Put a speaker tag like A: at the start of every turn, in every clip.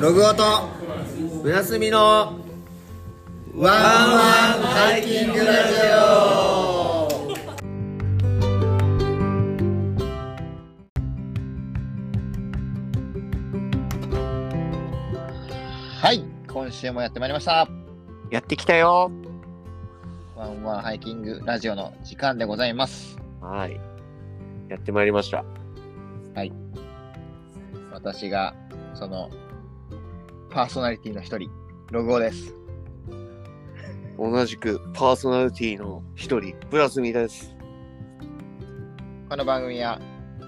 A: ログオとブラスミのワンワンハイキングラジオはい今週もやってまいりました
B: やってきたよ。
A: ワンワンハイキングラジオの時間でございます
B: はい。やってまいりました。
A: 私がそのパーソナリティの一人ログオです
B: 同じくパーソナリティの一人、プラスミです。
A: この番組は、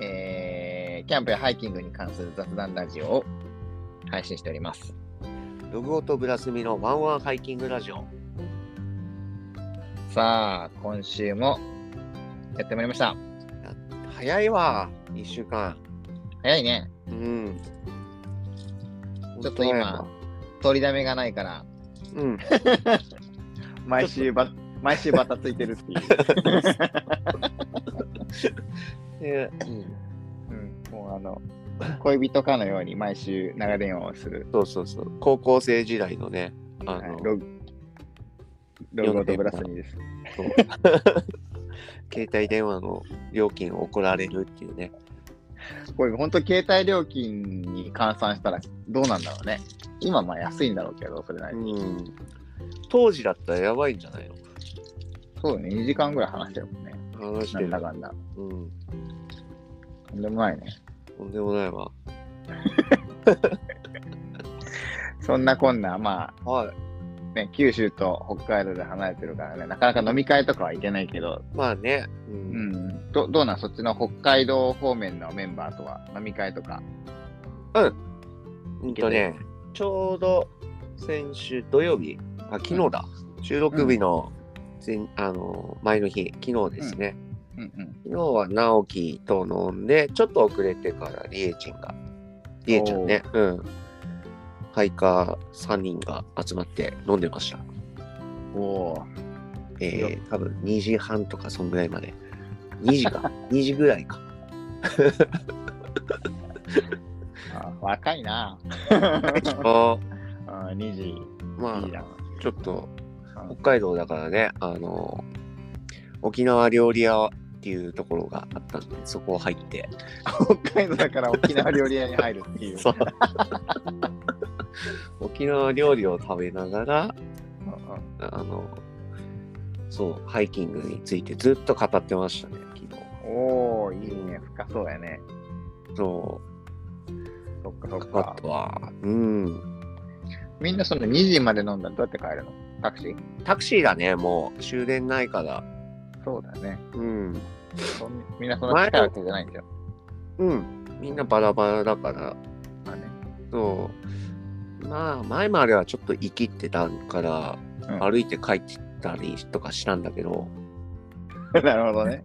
A: えーキャンプやハイキングに関する雑談ラジオを配信しております。
B: ログオとブラスミのワンワンハイキングラジオ。
A: さあ、今週もやってまいりました。
B: 早いわ、一週間。
A: 早いね。
B: うん。
A: ちょっと今。取りだめがないから、
B: うん。
A: 毎週ば、毎週バタついてるって いう。
B: で
A: うん、もうあの、恋人かのように毎週長電話をする。
B: そうそうそう。高校生時代のね、あ
A: はい
B: の、
A: ログ、ログオとブラスミです。
B: そう 携帯電話の料金を怒られるっていうね。
A: これ本当携帯料金に換算したらどうなんだろうね。今まあ安いんだろうけど、それなりに。
B: ん。当時だったらやばいんじゃないの
A: そうだね、2時間ぐらい話してるもんね。
B: 話して
A: な
B: る
A: んだ。かんだ。
B: うん。
A: とんでもないね。
B: とんでもないわ。
A: そんなこんな、ま
B: はい。
A: あね、九州と北海道で離れてるからね、なかなか飲み会とかは行けないけど、
B: まあね、う
A: うんん、どどうなんそっちの北海道方面のメンバーとは飲み会とか。
B: うんとね、ちょうど先週土曜日、あ昨日だ、収録日の前,、あの前の日、昨日ですね、
A: うんうん。
B: 昨日は直樹と飲んで、ちょっと遅れてからりえちんが、りえちゃんね、うん、ハイカー3人が集まって飲んでました。
A: おお
B: えー、多分2時半とか、そんぐらいまで。2時 か、2時ぐらいか。
A: ーあ若いな。
B: あ
A: あ2時、
B: ま
A: いい
B: あ、
A: な。
B: ちょっと北海道だからね、あの、沖縄料理屋っていうところがあったんで、そこを入って。
A: 北海道だから沖縄料理屋に入るっていう。
B: そう沖縄料理を食べながら、
A: うんうん
B: あの、そう、ハイキングについてずっと語ってましたね、昨
A: おおいいね。深そうだね。
B: 日。そ
A: そっかそっ
B: う、あ
A: か。
B: とは、うん。
A: みんなその2時まで飲んだらどうやって帰るのタクシー
B: タクシーがね、もう終電ないから、
A: そうだね。
B: うん。
A: そんみんなそんな近いわけじゃないんだよ。
B: うん。みんなバラバラだから、
A: まあね
B: そう。まあ、前まではちょっと生きってたから、
A: うん
B: 歩いて帰ってたりとかしたんだけど、
A: なるほどね。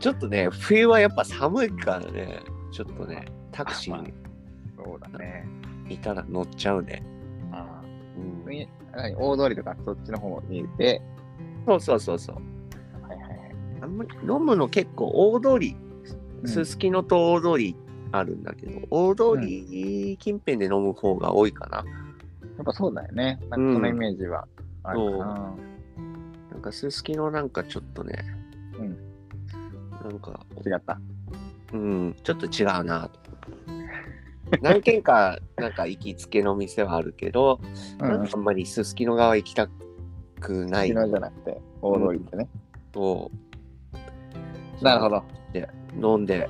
B: ちょっとね、冬はやっぱ寒いからね、ちょっとね、タクシ
A: あま
B: ー
A: そうだね。
B: にいたら乗っちゃうね。
A: あ
B: うん
A: あい何大通りとかそっちの方にいて、
B: そうそうそうそう。
A: はいはいはい。
B: あんまり飲むの結構大通り、すすきのと大通りあるんだけど、大通り近辺で飲む方が多いかな。
A: やっぱそうだよね。なんかそのイメージはあるかな。
B: なんかすすきのなんかちょっとね、
A: うん
B: なんか
A: 違った。
B: うん、ちょっと違う なと。何軒か、なんか行きつけの店はあるけど、
A: うん、
B: なん
A: す
B: かあんまりすすきの側行きたくな
A: す
B: い
A: きのじゃなくて、大通りってね。
B: と、
A: なるほど。
B: 飲んで、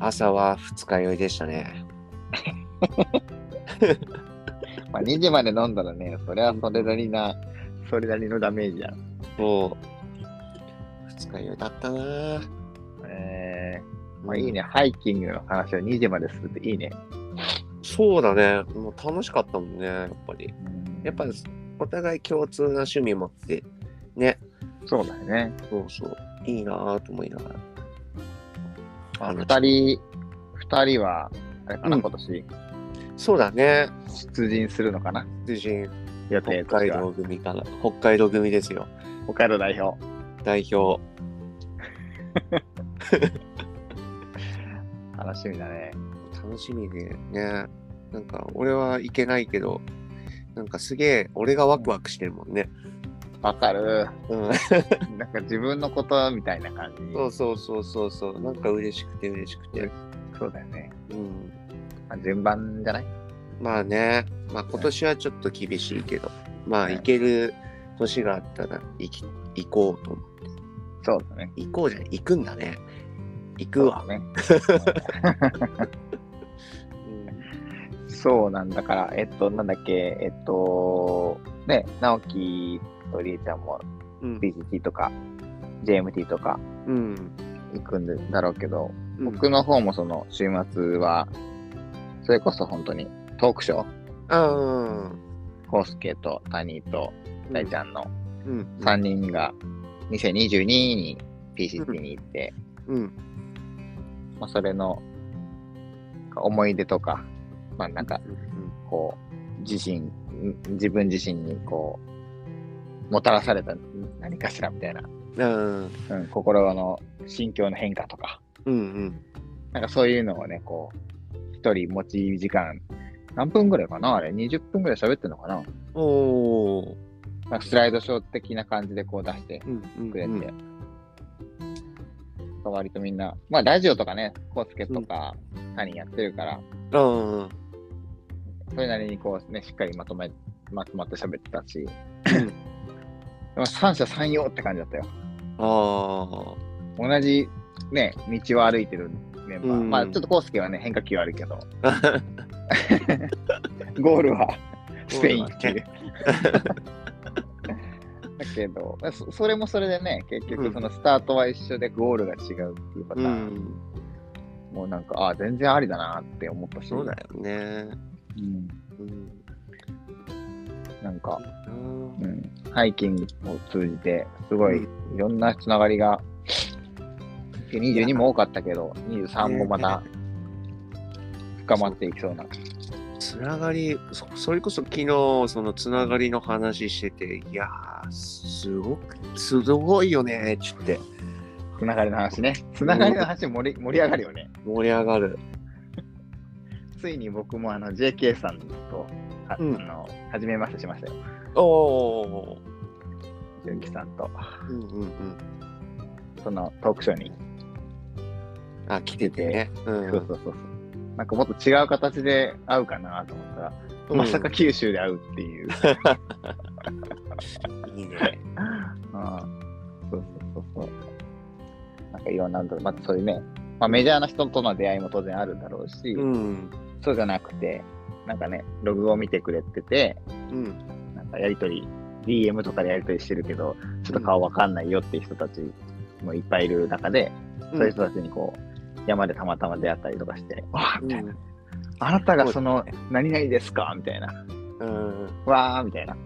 B: 朝は二日酔いでしたね。
A: まあ、2時まで飲んだらね、それはそれなりな、それなりのダメージや。
B: と、二日酔いだったなぁ
A: えー、まあいいね。。ハイキングの話を2時までするっていいね。
B: そうだね。もう楽しかったもんね、やっぱり。やっぱ、お互い共通な趣味持って、ね、
A: そうだよね。
B: そうそう、いいなぁと思いながら。
A: まあ、
B: 話
A: 二人、二人は、あれかな、
B: うん
A: 今年、
B: そうだね。
A: 出陣するのかな
B: 主人
A: 予
B: 北
A: 定とし
B: 海
A: ては
B: 道組かな北海道組ですよ
A: 北海道代表。
B: 代表
A: 楽しみだね。
B: 楽しみでねなんか俺は行けないけど、なんかすげえ俺がワクワクしてるもんね。
A: わかる。
B: うん、
A: なんか自分のことみたいな感じ。
B: そうそうそうそうそう、なんか嬉しくて嬉しくて。
A: そうだよね。
B: うん、
A: まあ順番じゃない
B: まあね、まあ今年はちょっと厳しいけど、まあ行ける年があったら行き行こうと思う。
A: そうだね。
B: 行こうじゃない、行くんだね。行く
A: そう
B: わ
A: だ。ね。
B: うん
A: そうなんだから、えっと、なんだっけ、えっと、ね、直樹とりえちゃんも
B: うん、
A: BGT とか JMT とか
B: うん、
A: 行くんだろうけど、
B: うん
A: 僕の方もその週末は、それこそ本当にトークショー、
B: あ
A: コースケと谷井と
B: ー
A: 大ちゃんの
B: うん、
A: 3人が2022に PCT に行って、
B: うん、
A: まあ、それの思い出とか、まあ、なんか
B: うん
A: こう自身ん自分自身にこうもたらされたん何かしらみたいな、
B: うん、
A: うん、心の心境の変化とか
B: うん、
A: なんかそういうのをねこう一人持ち時間何分ぐらいかなあれ20分ぐらい喋ってるのかな
B: うん、おー、
A: なんかスライドショー的な感じでこう出して
B: うん、うん、
A: くれて、割とみんなまあラジオとかねコースケとか谷やってるか
B: う
A: ら、
B: ん、
A: それなりにこうね、しっかりまとめ、まとまって喋ってたし、 まあ三者三様って感じだったよ。
B: ああ、
A: 同じね、道を歩いてるメンバー。
B: うん
A: まあちょっと康介はね、変化球はあるけど、ゴール はスペインっていう。 だけどそ、それもそれでね、結
B: う
A: 局
B: ん
A: そのスタートは一緒でゴールが違うっていうパタ
B: う
A: ーン、
B: ん、
A: もうなんか、ああ、全然ありだなって思ったし、
B: そうだよね。
A: うん
B: うん、
A: なんか、
B: うん
A: うん、ハイキングを通じて、すごい、いろんなつながりが、22も多かったけど、23もまた深まっていきそうな。
B: つながりそそれこそ昨日そのつながりの話してていやーすごくすごいよねっつって
A: つながりの話ね。つながりの話盛り盛り上がるよね。
B: 盛り上がる
A: ついに僕もあの JK さんと、は
B: うん
A: あの、初めましてしましたよ。
B: おお
A: 純喜さんと、
B: うんうんうん
A: そのトークショーに。
B: あ来ててねう
A: そ
B: ん
A: うそうそうそう。なんかもっと違う形で会うかなと思ったら、まさか九州で会うっていう。
B: うんいいね
A: ああ、そうそうそうそう。なんかいろんなの、まあ、そういうね、まあ、メジャーな人との出会いも当然あるだろうし、
B: うん
A: そうじゃなくて、なんかね、ログを見てくれてて、
B: うん
A: なんかやりとり、DM とかでやりとりしてるけど、ちょっと顔わかんないよっていう人たちもいっぱいいる中で、そういう人たちにこう、山でたまたま出会ったりとかして、わあみたいな、あなたがその、何々ですかみたい
B: う
A: な、
B: んうん
A: わあみたいな、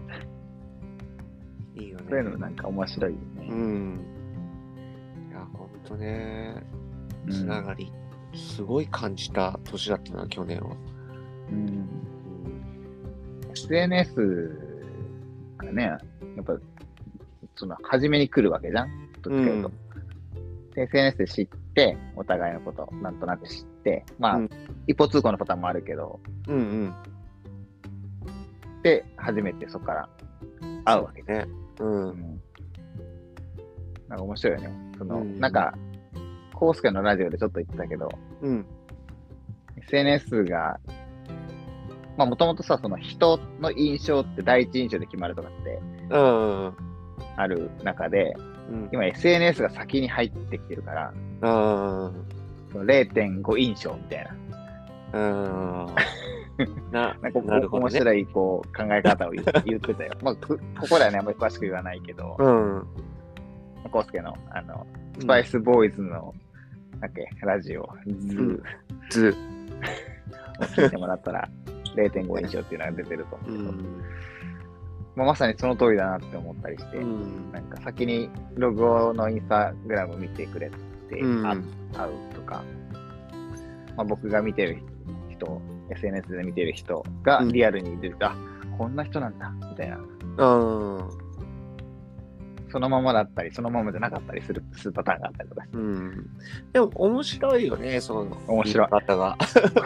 B: いいよ
A: そういうの
B: ね
A: もなんか面白いよね。
B: うんいやほんとね
A: うん
B: つながりすごい感じた年だったな去年は
A: うん、SNS がね、やっぱ、その、初めに来るわけじゃん。どっちかいうと。で SNS で知って、お互いのこと、なんとなく知って、まあ、
B: うん
A: 一方通行のパターンもあるけど、
B: うんうん
A: で、初めてそこから会うわけじ
B: ねう
A: ゃん。
B: ん
A: なんか面白いよね。その、
B: うん
A: なんか、コウスケのラジオでちょっと言ってたけど、
B: うん
A: SNS が、まあ、もともとさ、その人の印象って第一印象で決まるとかって、
B: うん
A: ある中で、
B: うん
A: 今 SNS が先に入ってきてるから、
B: あ
A: その0.5印象みたいな、
B: あ、 うん。な、
A: なんかこう
B: なるほど
A: 面
B: ね。
A: 白いこう考 え方を言言ってたよ。まあ、くここではね、あんまり詳しく言わないけど、
B: うん。
A: コウスケのあのスパイスボーイズの、なんだっけラジオ、ズ
B: う
A: ー
B: んズ。
A: を聞いてもらったら、0.5印象っていうのが出てると思
B: う
A: うけど、
B: ん。
A: まあ、まさにその通りだなって思ったりして、
B: うん
A: なんか先にログオのインスタグラム見てくれって、
B: うん
A: あ会うとか、まあ、僕が見てる人、SNS で見てる人が
B: うん
A: リアルに出てると、あこんな人なんだみたいな、
B: うん。
A: そのままだったり、そのままじゃなかったりするするパターンがあっ たりとかして、
B: うん。でも面白いよね、その
A: 面白い
B: 見方 が。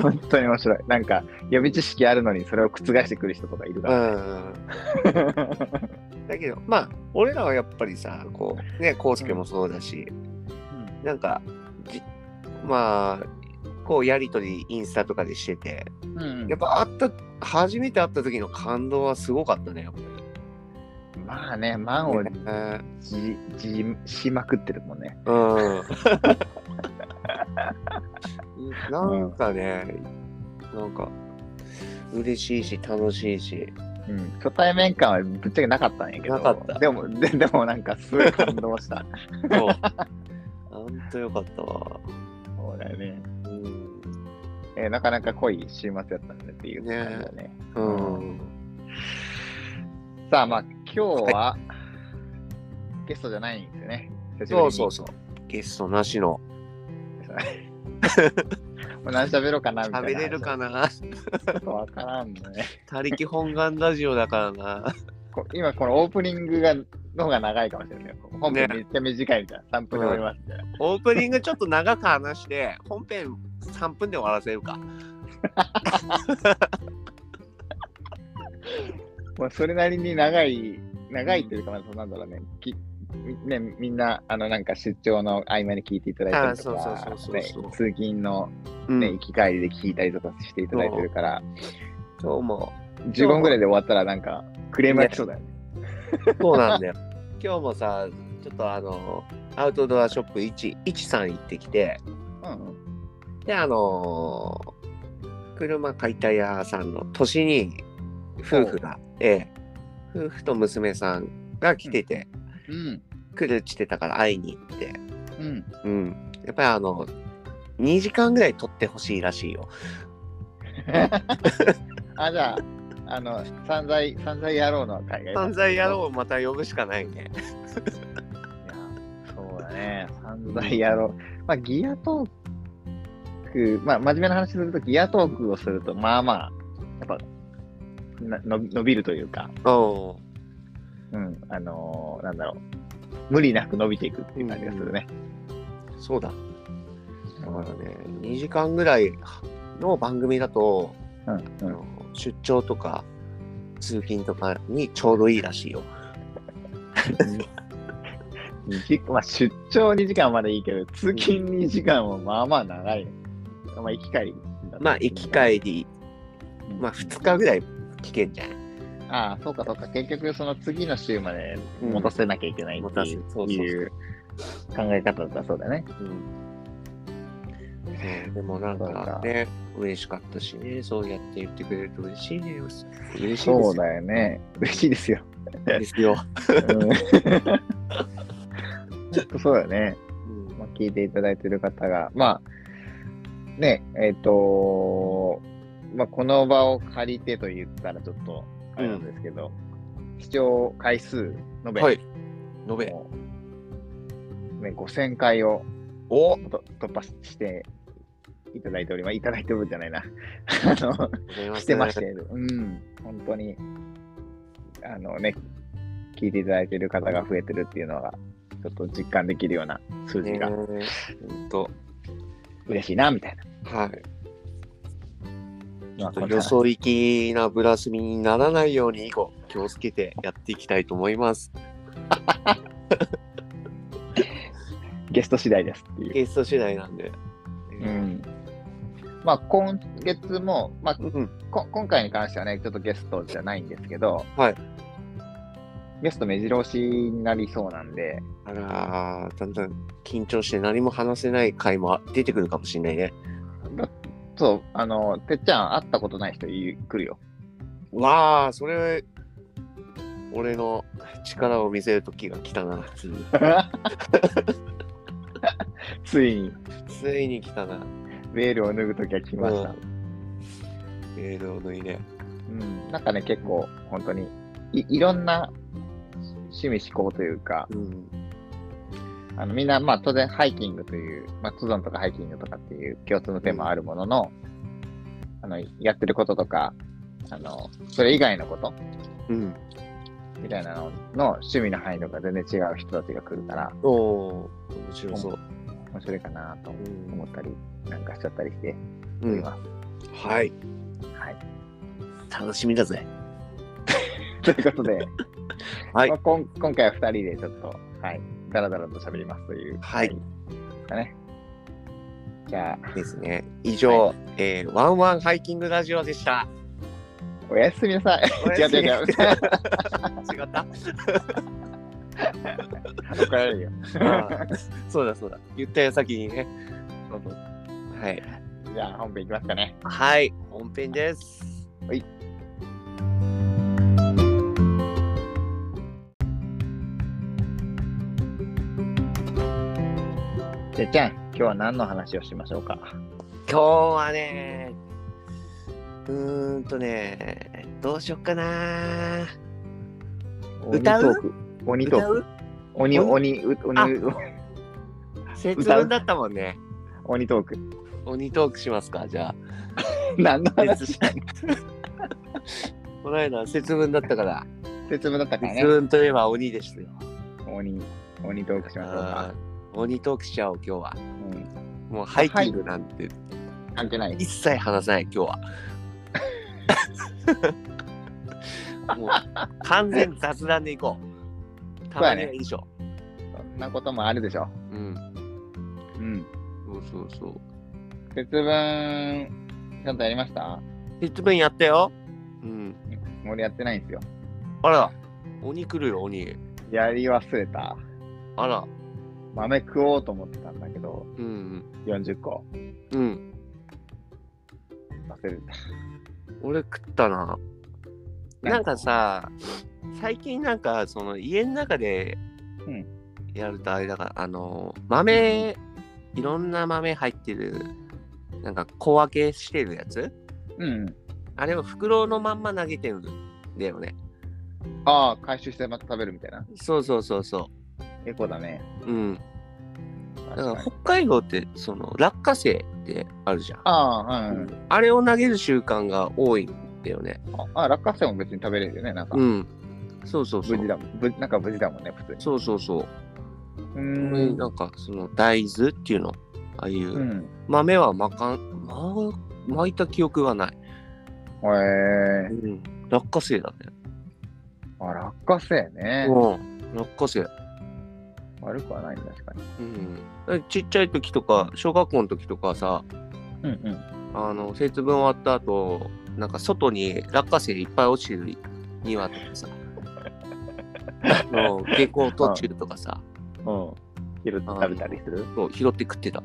A: 本当に面白い。なんか、予備知識あるのに、それを覆してくる人とかいる
B: う
A: か
B: ん。
A: ら。
B: だけど、まあ、俺らはやっぱりさ、こう、ね、コウスケもそうだし、なんか、じまあ、こう、やりとり、インスタとかでしてて、
A: うん
B: やっぱ会った、初めて会った時の感動はすごかったね、やっぱり
A: まあね、満を
B: ね
A: じじしまくってるもんね。
B: うん。 なんかね、なんか、嬉しいし、楽しいし、
A: うん、初対面感はぶっちゃけなかったんやけど、
B: なかった
A: でもででもなんかすごい感動した。
B: そう。ほんとよかったわ。
A: そうだよね、
B: うん。
A: えーなかなか濃い週末やったんだっていう感じだね。
B: うん。
A: さあ、まあ今日はゲストじゃないんですよね。久しぶり
B: そ
A: に
B: うそうそう。ゲストなしの。
A: もう何喋ろうかなみたいな。
B: 食べれるかな
A: ちょっとわからんのね。
B: 他力本願ラジオだからな。
A: こ今このオープニングがの方が長いかもしれないよ。本編めっちゃ短いみたいな。3分で終わりますみたいな。
B: オープニングちょっと長く話して、本編3分で終わらせるか。
A: まあ、それなりに長い、長いというか、まあ、そうなんだろうね。きみね、みんな、あの、なんか出張の合間に聞いていただいたりと
B: あーそうそうそう
A: か、
B: そう
A: ね
B: そう、
A: 通勤の、
B: う
A: ね、行き帰りで聞いたりとかしていただいてるから、
B: そうも。
A: 15分ぐらいで終わったら、なんか、クレームが来そうだよね。
B: そうなんだよ。 今日もさ、ちょっとあの、アウトドアショップ1、1さん行ってきて、
A: うんうん。
B: で、あのー車解体屋さんの年に夫婦が、ええ、夫婦と娘さんが来てて、
A: うん。
B: 来るってってたから会いに行って、
A: うん。
B: うん。やっぱりあの、2時間ぐらい撮ってほしいらしいよ。
A: あ、じゃあ、あの、散財、散財野郎の海外。
B: 犯罪野郎をまた呼ぶしかないね。
A: いやそうだね、散財やろう。まあ、ギアトーク、まあ、真面目な話すると、ギアトークをすると、まあまあ、やっぱ、なの伸びるというか、
B: お
A: うん、あのーなんだろう、無理なく伸びていくっていう感じがするね。
B: そうだ。だからね、2時間ぐらいの番組だと、
A: うん、
B: あ
A: うん。
B: の出張とか通勤とかにちょうどいいらしいよ。
A: 二時まあ、出張2時間までいいけど、通勤2時間もまあまあ長い。まあ、行き帰りだ ね。
B: まあ、行き帰り、
A: うん
B: まあ、2日ぐらい聞けんじゃない
A: ああ、そうかそうか。結局、その次の週まで持たせなきゃいけないっていう,、
B: うん持たせそうそう
A: いう考え方だったらそうだね。
B: ねえでもなん
A: そう
B: か
A: か
B: ね、嬉しかったしね、そうやって言ってくれると嬉しいね。嬉しい
A: そうだよね。嬉しいですよ。
B: ですよ。
A: うん 本当そうだよね。
B: うん
A: まあ、聞いていただいてる方が、まあ、ね、えっ、とまあ、この場を借りてと言ったらちょっと、あれなんですけど、視聴回数、延べ、
B: はい。延べ。
A: もうね、5000回を
B: お
A: と突破していただいております。いただいておるじゃないな。あの、してまして、うん、本当に、あのね、聞いていただいている方が増えてるっていうのが、ちょっと実感できるような数字
B: ね
A: が
B: えほんと。
A: 嬉しいな、みたい
B: はい。
A: な。
B: 予想行きなブラスミにならないように以後、気をつけてやっていきたいと思います。
A: ゲスト次第ですっていう。
B: ゲスト次第なんで。
A: うん。まあ、今月も、まあ、
B: うん。
A: こ今回に関してはね、ちょっとゲストじゃないんですけど、
B: はい
A: ゲスト目白押しになりそうなんで、
B: あらー、だんだん緊張して何も話せない回も出てくるかもしれないね。
A: そう、あの、てっちゃん会ったことない人い来るよ。
B: わあ、それ、俺の力を見せる時が来たな。ついに
A: ついに、
B: ついに来たな。
A: ベールを脱ぐときは来ました。
B: うんベールを脱いで。
A: うん、なんかね、結構、本当にい、いろんな趣味、思考というか、
B: うん。
A: あのみんな、まあ、当然、ハイキングという、まあ、登山とかハイキングとかっていう共通のテーマはあるものの、あのやってることとか、あのそれ以外のこと
B: うん。
A: みたいなのの趣味の範囲とか全然違う人たちが来るから、
B: おおー面白そう。
A: 面白いかなと
B: うん
A: 思ったり、なんかしちゃったりしてお
B: う
A: り
B: ん、
A: ます。
B: はい。
A: はい。
B: 楽しみだぜ。
A: ということで、
B: はい
A: まあ、こん今回は2人でちょっと、はい、だらだらと喋りますという、
B: はい
A: ですかね。じゃあ、
B: ですね。以上、えーワンワンハイキングラジオでした。
A: おやすみなさい。違う 違う違う。
B: 違っ た。
A: 怒られるよ。
B: あーそうだそうだ。言った矢先にね。はい。
A: じゃあ、本編いきますかね。
B: はい。本編です。
A: はい。てっちゃん、今日は何の話をしましょうか。
B: 今日はね、うーんとね、どうしよっかな。歌う
A: 鬼トーク。鬼トー
B: 歌
A: ク。
B: う
A: 鬼、鬼、う
B: あ
A: 鬼、
B: 節分だったもんね。
A: 鬼トーク。
B: 鬼トークしますか、じゃあ。
A: 何の話
B: 節 この間、節分だったから。
A: 節分だったから
B: 節
A: ね。
B: 分といえば鬼ですよ。
A: 鬼、鬼トークしましょう
B: あ
A: か。
B: ー鬼トークしちゃおう、今日は。
A: うん。
B: もうハイキングなんて
A: 関係ない。
B: 一切話さない、今日は。もう完全に雑談でいこう。たまにはいいでしょ。
A: そんなこともあるでしょ。
B: うん。
A: うん。
B: そうそうそう。
A: 節分、ちゃんとやりました
B: 節分やったよ。うん。
A: 俺やってないんですよ。
B: あら、鬼来るよ、鬼。
A: やり忘れた。
B: あら、
A: 豆食おうと思ってたんだけど、
B: うん
A: 40個
B: うん。うん。
A: 忘れた。
B: 俺食ったな。なんかさ、最近なんか、その家の中で
A: うん
B: やるとあれだから、あの、豆、いろんな豆入ってる、なんか小分けしてるやつ
A: うん。
B: あれを袋のまんま投げてるんだよね。
A: ああ、回収してまた食べるみたいな。
B: そうそうそうそ
A: エコだね。
B: う。うん。だか
A: 確からに
B: 北海道って、その、落花生ってあるじゃん。
A: ああ、うん、
B: あれを投げる習慣が多いんだよね。
A: あ、落花生も別に食べれるよね。なんか、
B: うん。そうそうそ
A: 無事
B: う。
A: だもん。無なんか無事だもんね、普通に。
B: そうそうそう。
A: うー
B: うん、
A: ん。
B: なんかその大豆っていうの、ああいう、
A: うん。
B: 豆はまかん、ま、巻いた記憶がない。
A: へえー。
B: うん。落花生だね。
A: あ、落花生ね。
B: うん。落花生。
A: 悪くはないね、確かに。
B: うん。ちっちゃい時とか、小学校の時とかさ、
A: うんうん。
B: あの、節分終わった後、なんか外に落花生いっぱい落ちてる庭とか さ、あの、下校途中とかさ、
A: うん。昼食べたりする
B: そう拾って食ってた。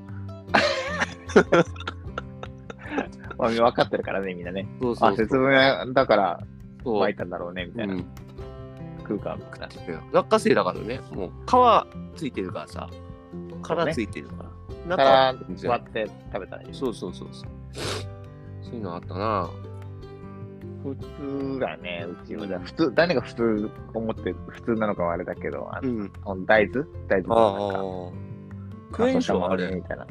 A: まあ、分かってるからね、みんなね。
B: そうそ
A: あ、
B: うそう
A: 節。分だから
B: そう
A: 巻いたんだろうね、みたいな
B: う。ん
A: 食うか、みたいな。
B: 落花生だからね、もう皮ついてるからさ、殻ついてるから。
A: から
B: 中は全然
A: 割って食べたらいい。
B: そうそうそうそう。そういうのあったな。
A: 普通だね、うちは。じゃあ普通、誰が普通思って普通なのかはあれだけど、あの
B: ん。
A: あの大豆大
B: あ
A: 豆
B: あ
A: のなんか。
B: ああ。クエンションあ
A: 乾燥玉ね
B: れ。
A: みたいな。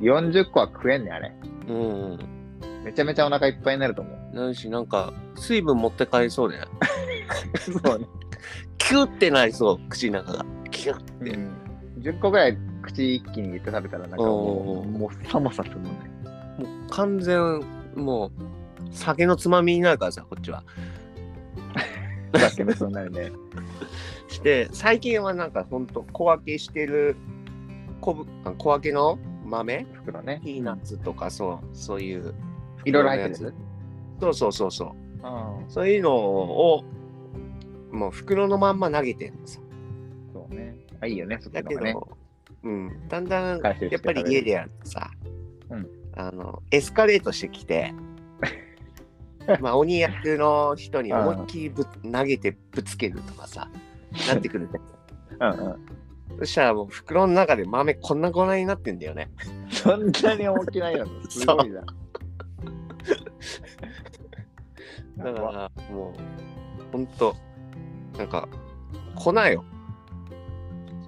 A: 40個は食えんね、あれ。
B: うんうん。
A: めちゃめちゃお腹いっぱいになると思 う。
B: なるし、なんか、水分持って帰りそうで、
A: そうね。
B: キュってなりそう、口の中が。キュッて。
A: うん、10個ぐらい口一気に入れて食べたら、なんかも
B: おー
A: う、もうさもさするね。
B: もう完全、もう、酒のつまみになるからさ、こっちは。
A: だけど、そうなるね。
B: して、最近はなんか、ほんと、小分けしてる、小ぶあ小分けの豆
A: 袋ね。
B: ピーナッツとかそうそういう
A: いろいろ入ってるや
B: そうそうそうそう
A: うん。
B: そういうのをもう袋のまんま投げてるんですよ
A: そうね。あ、いいよね、そっち
B: だ
A: の
B: け
A: 方
B: ど、
A: がね。
B: うん、だんだんや
A: 回収して
B: っぱり家でやるとさ、
A: うん
B: あのエスカレートしてき てまあ鬼役の人に思いっきりぶっ投げてぶつけるとかさなってくるんだよ
A: うんうん。
B: そしたらもう袋の中で豆こんな粉になってんだよね
A: そんなに大きないやつ、すごいじゃん。
B: だからもうほんとなんか粉よ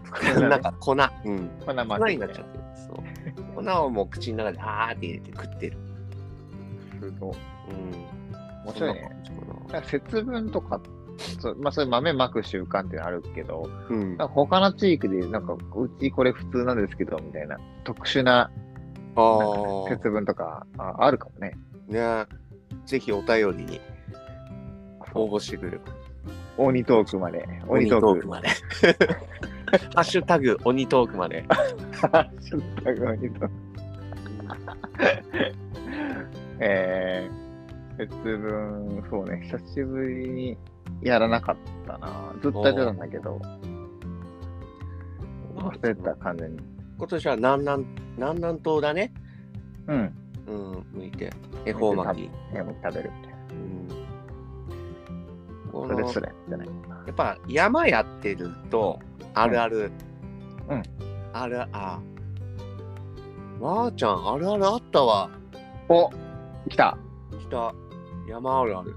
A: 袋の
B: なん
A: 中
B: か粉、うん、
A: 粉ま
B: 粉
A: き
B: に
A: み
B: なった
A: い
B: ちゃってる。 そう粉をもう口の中であーって入れて食ってる。
A: すごい。
B: うん。
A: 面白いね。
B: そんな感じかな。
A: なんか節分とかっそうまあ、そういう豆まく習慣っていうのあるけど、
B: うん。
A: なんか他の地域で、なんか、うちこれ普通なんですけど、みたいな、特殊
B: あ
A: ななんか
B: あ、
A: 節分とかああるかもね。
B: ねぜひお便りに応募してくれ。
A: 鬼トークまで。鬼トーク。
B: まで。 ハッシュタグ鬼トークまで。
A: ちょっと鬼トーク。えー、節分、そうね、久しぶりにやらなかったな。ずっとやってたんだけど、忘れてた、完全に。
B: 今年は南南南南東だね。
A: うん。
B: うん、向いて。恵方巻き。
A: でも食べるみたいな。
B: うんこ
A: そ
B: の
A: れす
B: や
A: らやってない。
B: っぱ山やってるとあるある。
A: うん。
B: あるあ。まー、ちゃん、あるあるあったわ。
A: お来た
B: 来た。山あるある。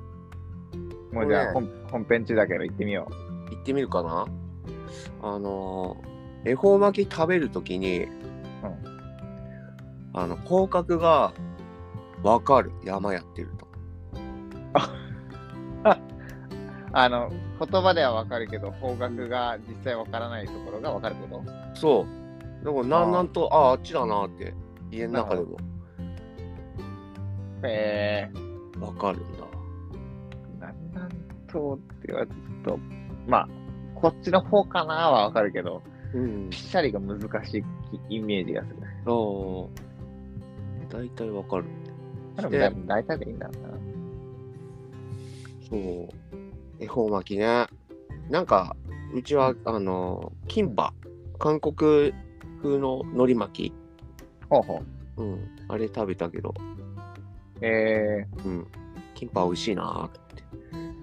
A: もうじゃ
B: こ
A: あ本本編中だけど行ってみよ
B: 行ってみるかなあのー恵方巻き食べるときに、あの口角がわかる山やってると
A: う。あの、言葉ではわかるけど、方角が実際わからないところがわかるけど。
B: そうだからなんなんとあああっちだなって家の中でも
A: えー、
B: わかるんだ
A: 南南東って言われてちょっと、まあ、こっちの方かなはわかるけど、
B: うん
A: ぴっしゃりが難しいイメージがする。
B: あー大体わかる
A: でも
B: で
A: 大体でいいんだろうな。
B: そう恵方巻きねなんかうちはあのーキンパ韓国風の海苔巻き、
A: ほうほう。
B: うん、あれ食べたけど
A: え
B: うん。キンパ美味しいなーって。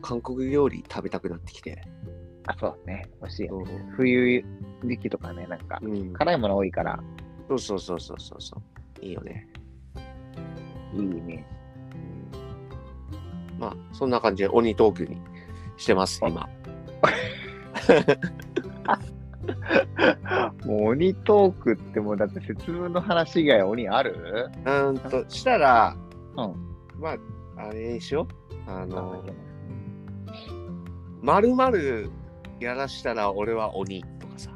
B: 韓国料理食べたくなってきて。
A: ー、あ、そうだね。美味しいよ。
B: う
A: 冬時期とかね、なんか、
B: ん。
A: 辛いもの多いから、
B: そうそうそうそうそうそう。いいよね。
A: いいね。
B: まあ、そんな感じで鬼トークにしてます、
A: あ
B: 今。
A: もう鬼トークってもうだって節分の話以外鬼ある
B: うーんと、したら、
A: うん。
B: まあ、あれにしよう。あの、まるまるやらしたら俺は鬼とかさ。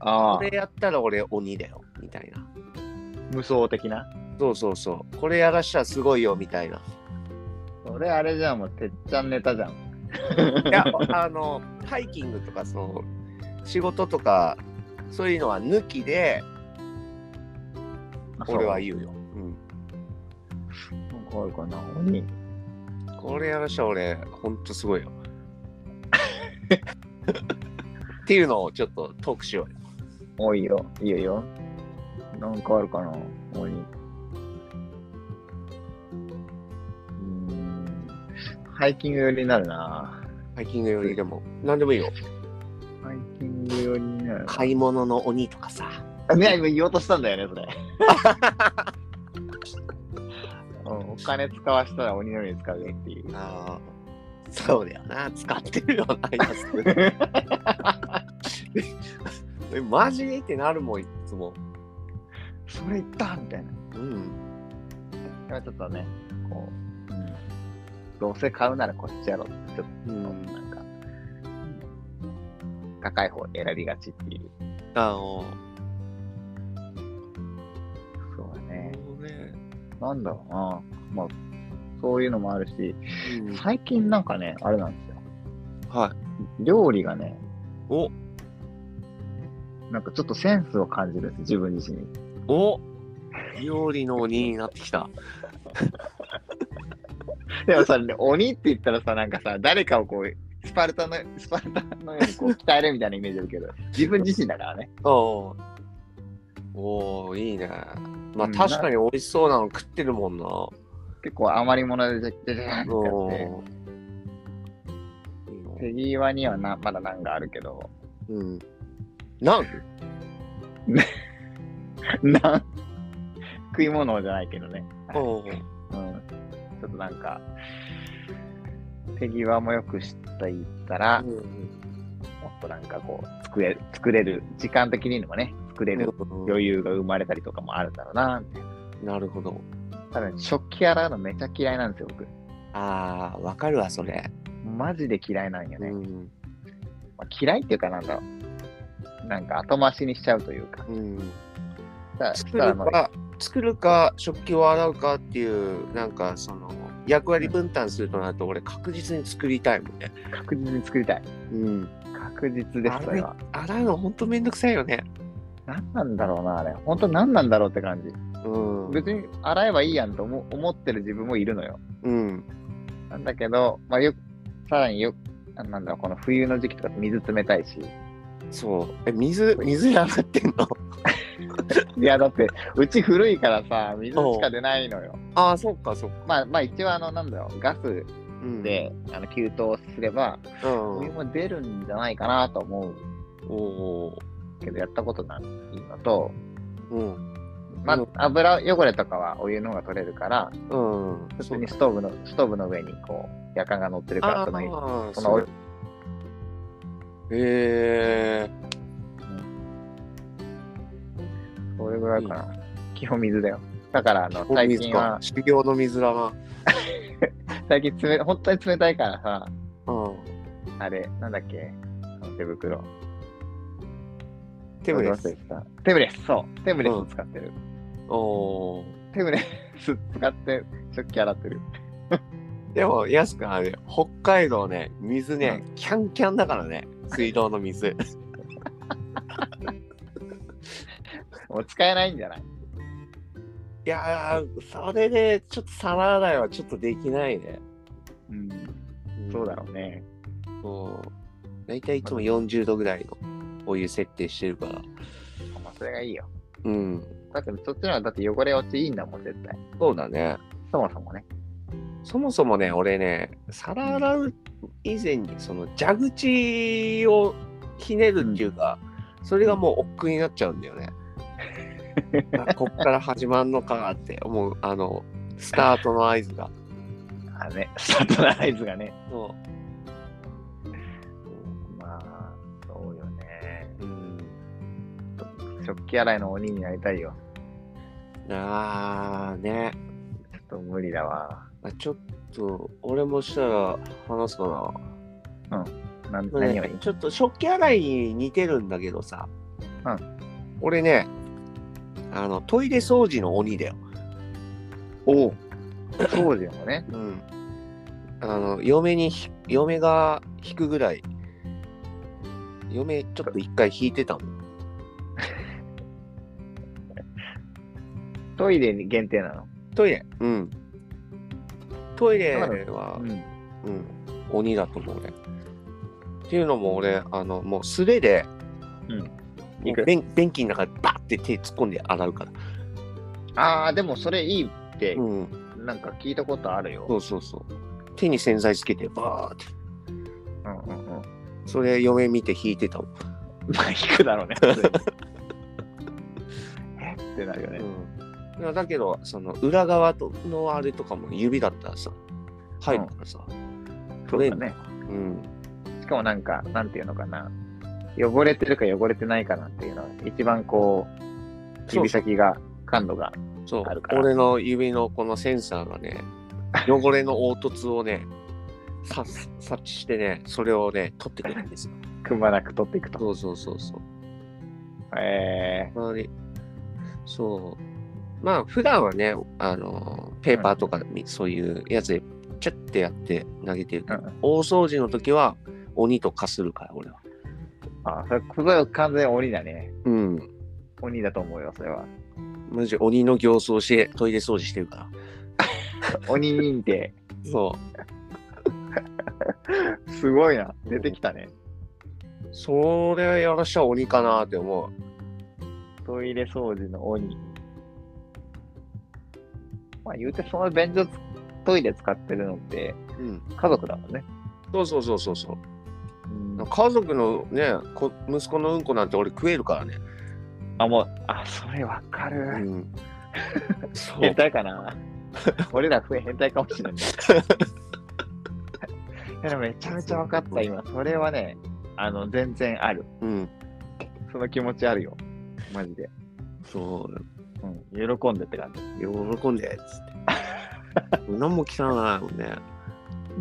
A: ああ
B: こ、れやったら俺鬼だよ、みたいな。
A: 無双的な。
B: そうそうそう。これやらしたらすごいよ、みたいな。
A: それあれじゃん、もうてっちゃんネタじゃん。
B: いや、あの、ハイキングとか、その、仕事とか、そういうのは抜きで、俺は
A: う。
B: 言うよ。うん。
A: なんかあるかな、鬼。
B: これやらしたら俺、ほんとすごいよ。っていうのをちょっとトークしようよ。
A: 多いよ、いいよいいよ。なんかあるかな、鬼。うーん。ハイキング寄りになるな。
B: ハイキングよりでも、なんでもいいよ。
A: ハイキング寄りになる。
B: 買い物の鬼とかさ。
A: あ ね、今言おうとしたんだよね、そ れ。うんお金使わしたら鬼のように使うよっていう。
B: あーそうだよな。使ってるよな、今すぐ えマジってなるもん、いつも。
A: それ言ったみたいな。
B: うん。
A: 今ちょっとね、こう、うん、どうせ買うならこっちやろって、ちょっ
B: う
A: と
B: ん。
A: なんか、高い方選びがちっていう。
B: あの、
A: そうだね。
B: 俺
A: なんだろうな。まあ、そういうのもあるし、
B: うん
A: 最近なんかね、あれなんですよ。
B: はい。
A: 料理がね、
B: お
A: なんかちょっとセンスを感じるんです、自分自身に。
B: お料理の鬼になってきた。
A: でもさ、鬼って言ったらさ、なんかさ、誰かをこう、スパルタの、スパルタのようにこう、鍛えるみたいなイメージあるけど、自分自身だからね。
B: おおーいいね。まあ
A: うん
B: 確かに美味しそうなの食ってるもんな。
A: 結構余り物でじゃじゃじゃじゃって
B: お
A: やって、
B: ーいいの
A: 手際にはなまだ難があるけど、
B: うん。なん
A: 難食い物じゃないけどね。
B: おー
A: うん。ちょっとなんか、手際もよくしていったら、
B: うん
A: もっとなんかこう、作れ作れる、時間的にもね、作れる
B: うん
A: 余裕が生まれたりとかもあるんだろうな、みたいな。
B: なるほど。
A: ただ、食器洗うのめちゃ嫌いなんですよ、僕。
B: ああ、わかるわ、それ。
A: うマジで嫌いなんよね。
B: うん
A: まあ、嫌いっていうかなんだろう。なんか後回しにしちゃうというか。
B: うん
A: さ
B: 作
A: したら
B: る
A: まあ
B: か作るか食器を洗うかっていうなんかその役割分担するとなると俺確実に作りたいもんね。
A: 確実に作りたい。
B: うん、
A: 確実です、それは。
B: 洗うのほんとめんどくさいよね。
A: 何なんだろうな、あれ。本当何なんだろうって感じ。
B: うん
A: 別に洗えばいいやんと思思ってる自分もいるのよ。
B: うん
A: なんだけど、まあ、よくさらによく、あなんだろう、この冬の時期とか水冷たいし。
B: そうえ水水で洗ってんの
A: いや、だって、うち古いからさ、水しか出ないのよ。
B: ああそうかそうか。
A: まあ、まあ、一応、あの、なんだろう、ガス
B: うん、
A: で、あの、給湯すれば、
B: うん、
A: お湯も出るんじゃないかなと思う
B: おお
A: けど、やったことないのと、
B: ーうん
A: ま
B: うん
A: あ、油汚れとかはお湯の方が取れるから、
B: うん
A: 普通にストーブの、ストーブの上に、こう、やかんが乗ってるから、その上に
B: ああ
A: そ
B: そ
A: の
B: うへえ
A: それぐらいかな。基本水だよ。だから、あの、最近は、
B: 修行の水だな。
A: 最近冷、本当に冷たいからさ、
B: うん
A: あれ、なんだっけ、あの手袋。
B: 手ブレ
A: 忘れ
B: ス。
A: てたテブレス、そう。テブレス使ってる。
B: おお
A: テブレス 使って食器洗ってる。
B: ー。でも、安くんあれ、北海道ね、水ね、キャンキャンだからね、水道の 水。
A: もう使えないんじゃない
B: いやー、それで、ちょっと皿洗いはちょっとできないね。
A: うん。そうだろうね。
B: そう。大体いつも40度ぐらいのお湯設定してるから。
A: まあ、それがいいよ。
B: うん。
A: だけど、そっちのはだって汚れ落ちいいんだもん、絶対。
B: そうだね。
A: そもそもね。
B: そもそもね、俺ね、皿洗う以前に、その蛇口をひねるっていうか、それがもう億劫になっちゃうんだよね。あこっから始まんのかって思う、あの、スタートの合図が。
A: あね、 スタートの合図がね。
B: そ
A: まあ、そうよね。
B: う。うん。
A: 食器洗いの鬼になりたいよ。
B: ああ、ね。
A: ちょっと無理だわ。
B: あちょっと、俺もしたら話すかな。
A: な
B: まあね
A: 何がいい
B: ちょっと食器洗いに似てるんだけどさ。
A: う
B: 俺ね、あの、トイレ掃除の鬼だよ。
A: おお。掃除もね。
B: うん。あの、嫁にひ、嫁が引くぐらい、嫁ちょっと一回引いてたもん。
A: トイレに限定なの。
B: トイレうん。トイレ
A: だ
B: は、
A: ん。
B: うん、鬼だと思うね。っていうのも俺、あの、もう素手で、
A: うん
B: もう便便器の中でバッて手突っ込んで洗うから。
A: ああ、でもそれいいって、
B: うん。
A: なんか聞いたことあるよ。
B: そうそうそう。手に洗剤つけてバーって。
A: うんうんうん。
B: それ嫁見て引いてたもん。
A: まあ、引く だろうね。普通にえってなるよね。
B: うん、いやだけどその裏側とのあれとかも指だったらさ入るからさ、
A: そうだね。
B: うん
A: しかもなんか、なんていうのかな。汚れてるか汚れてないかなんていうのは、一番こう、指先が、感度が。
B: そう
A: あるから
B: 俺の指のこのセンサーがね汚れの凹凸をね察察知してねそれをね取ってくるんですよ
A: くまなく取っていくと。
B: そうそうそうそう
A: え
B: あまりそうまあ普段はねあのペーパーとかに、そういうやつでチャッてやって投げてるけど、
A: うん
B: 大掃除の時は鬼と化するから俺は
A: ー、あ、それ、それは完全に鬼だね。
B: うん
A: 鬼だと思うよ、それは。
B: マジ鬼の形相してトイレ掃除してるから。
A: 鬼認定。
B: そ
A: すごいな。出てきたね。
B: う。それやらしちゃ鬼かなって思
A: トイレ掃除の鬼。まあ言うてその便所つトイレ使ってるのって
B: う。うん。
A: 家族だもんね。
B: そうそうそうそうそうう。
A: ん、
B: 家族のね、こ息子のうんこなんて俺食えるからね。
A: あ、もう、あ、それわかる。
B: ん。そ
A: 変
B: う。
A: 態かな俺ら不変態かもし れない。いやでもめちゃめちゃ分かった、今。それはね、あの、全然ある。
B: うん。
A: その気持ちあるよ。マジで。
B: そ
A: うん。喜んでって感じ。
B: う。喜んで、 つって。何も聞かないもんね。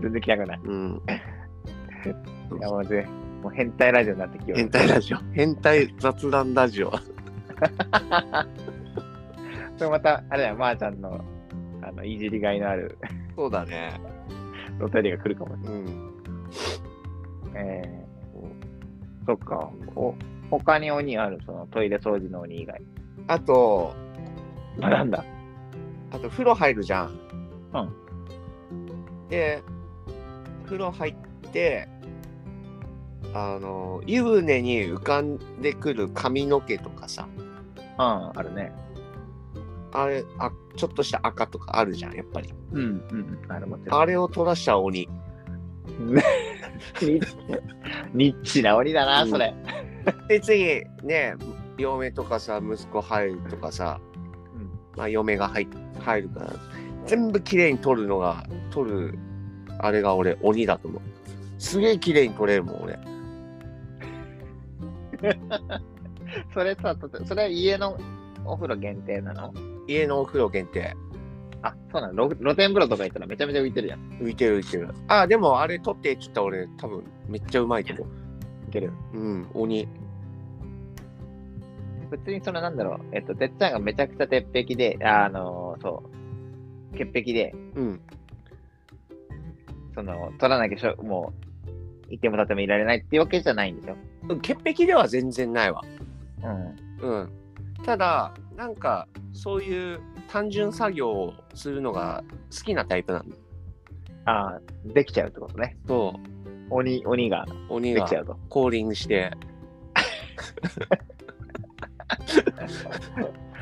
A: 全然来たくない。
B: うん。
A: いや、もうぜ、もう変態ラジオになってきよう
B: 変態ラジオ。変態雑談ラジオ。
A: それまた、あれだよ、まー、ちゃんの、あの、いじりがいのあ る
B: そうだね。
A: お便りが来るかもし
B: うん。
A: れない。えー、そっか。お他に鬼ある、そのトイレ掃除の鬼以外。
B: あと、
A: あ、なんだ。
B: あと風呂入るじゃん。
A: う
B: で、風呂入って、あの、湯船に浮かんでくる髪の毛とかさ、
A: うん、あるね。
B: あれ、あちょっとした赤とかあるじゃん、やっぱり。
A: うん、うん、ある、もちろん。
B: あれを取らした鬼。
A: ニッチ ニッチな鬼だな、
B: うん
A: それ。
B: で、次、ね、嫁とかさ、息子入るとかさ、まあ、嫁が入入るから、全部綺麗に取るのが、取る、あれが俺、鬼だと思う。すげえ綺麗に取れるもん、俺。
A: それさ、とそれは家のお風呂限定なの
B: 家のお風呂限定。
A: あ、そうなの露露天風呂とか行ったらめちゃめちゃ浮いてるやん。
B: 浮いてる浮いてる。あ、でもあれ取ってって言ったら俺多分めっちゃうまいけど。
A: いける。
B: うん、鬼。
A: 別にそのなんだろう、えっと、てっちゃんがめちゃくちゃ鉄壁で、ああのーそう、潔癖で、
B: うん。
A: その、取らなきゃしょ、もう、いても立ってもいられないっていうわけじゃないんでしょ。
B: うん潔癖では全然ないわ。
A: うん。
B: うん。ただ、なんかそういう単純作業をするのが好きなタイプなんだ。
A: ああ、できちゃうってことね。
B: そ
A: 鬼、鬼が
B: う。鬼
A: で
B: が
A: きちゃうと。
B: 降臨 して。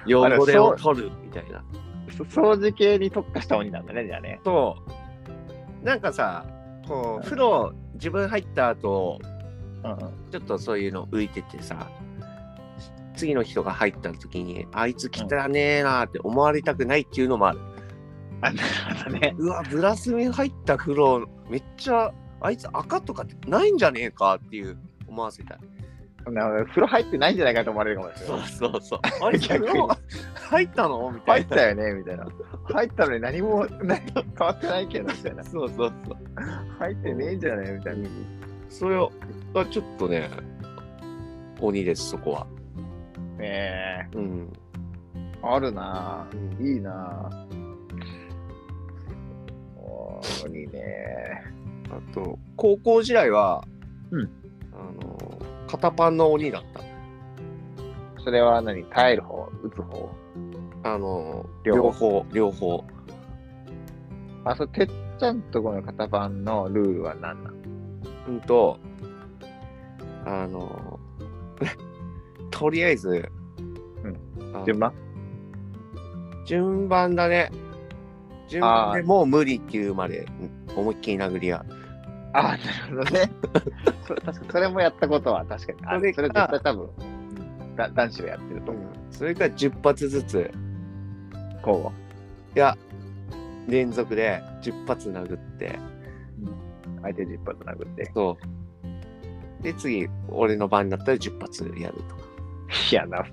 B: 汚れを取るみたいな。
A: そ掃除系に特化した鬼なんだね、じゃあね。
B: そう。なんかさ、こう、風呂自分入った後、
A: うんうん。
B: ちょっとそういうの浮いててさ、次の人が入った時に、あいつ汚ねえなーって思われたくないっていうのもある。
A: あ、なるほどね。
B: うわ、ブラスミ入った風呂、めっちゃ、あいつ赤とかないんじゃねえかっていう思わせたい。
A: なるほど風呂入ってないんじゃないかと思われるかもしれ
B: そ
A: な
B: う
A: い。
B: そうそう。あいつ風
A: 逆に
B: 呂入ったのみた
A: 入
B: い
A: っ
B: な。
A: たよね、みたいな。入ったのに何もな変わってないけど、みたいな。
B: そうそうそう。
A: 入ってねえんじゃないみたいな。
B: それを、あちょっとね、鬼です、そこは。
A: ね
B: うん。
A: え、あるなぁ。
B: うん
A: いいなぁ。おーいいね
B: あと、高校時代は、
A: うん
B: あの、肩パンの鬼だった。
A: それは何耐える方打つ方
B: あの
A: 両
B: 両方両方
A: あ、そう、てっちゃんとこの型番のルールは何なの
B: うんとあの とりあえず、あの
A: 順番
B: 順番だね順番でもう無理っていうまでうん思いっきり殴り合う
A: あー、なるほどね。 そ確かにそれもやったことは確かにあ
B: それ
A: る。それ
B: から
A: 絶対多分、だ男子はやってると思う。
B: それから10発ずつ
A: こ
B: いや連続で10発殴って
A: う、相手10発殴って。
B: そうで次俺の番になったら10発やるとか
A: いや、な、だっ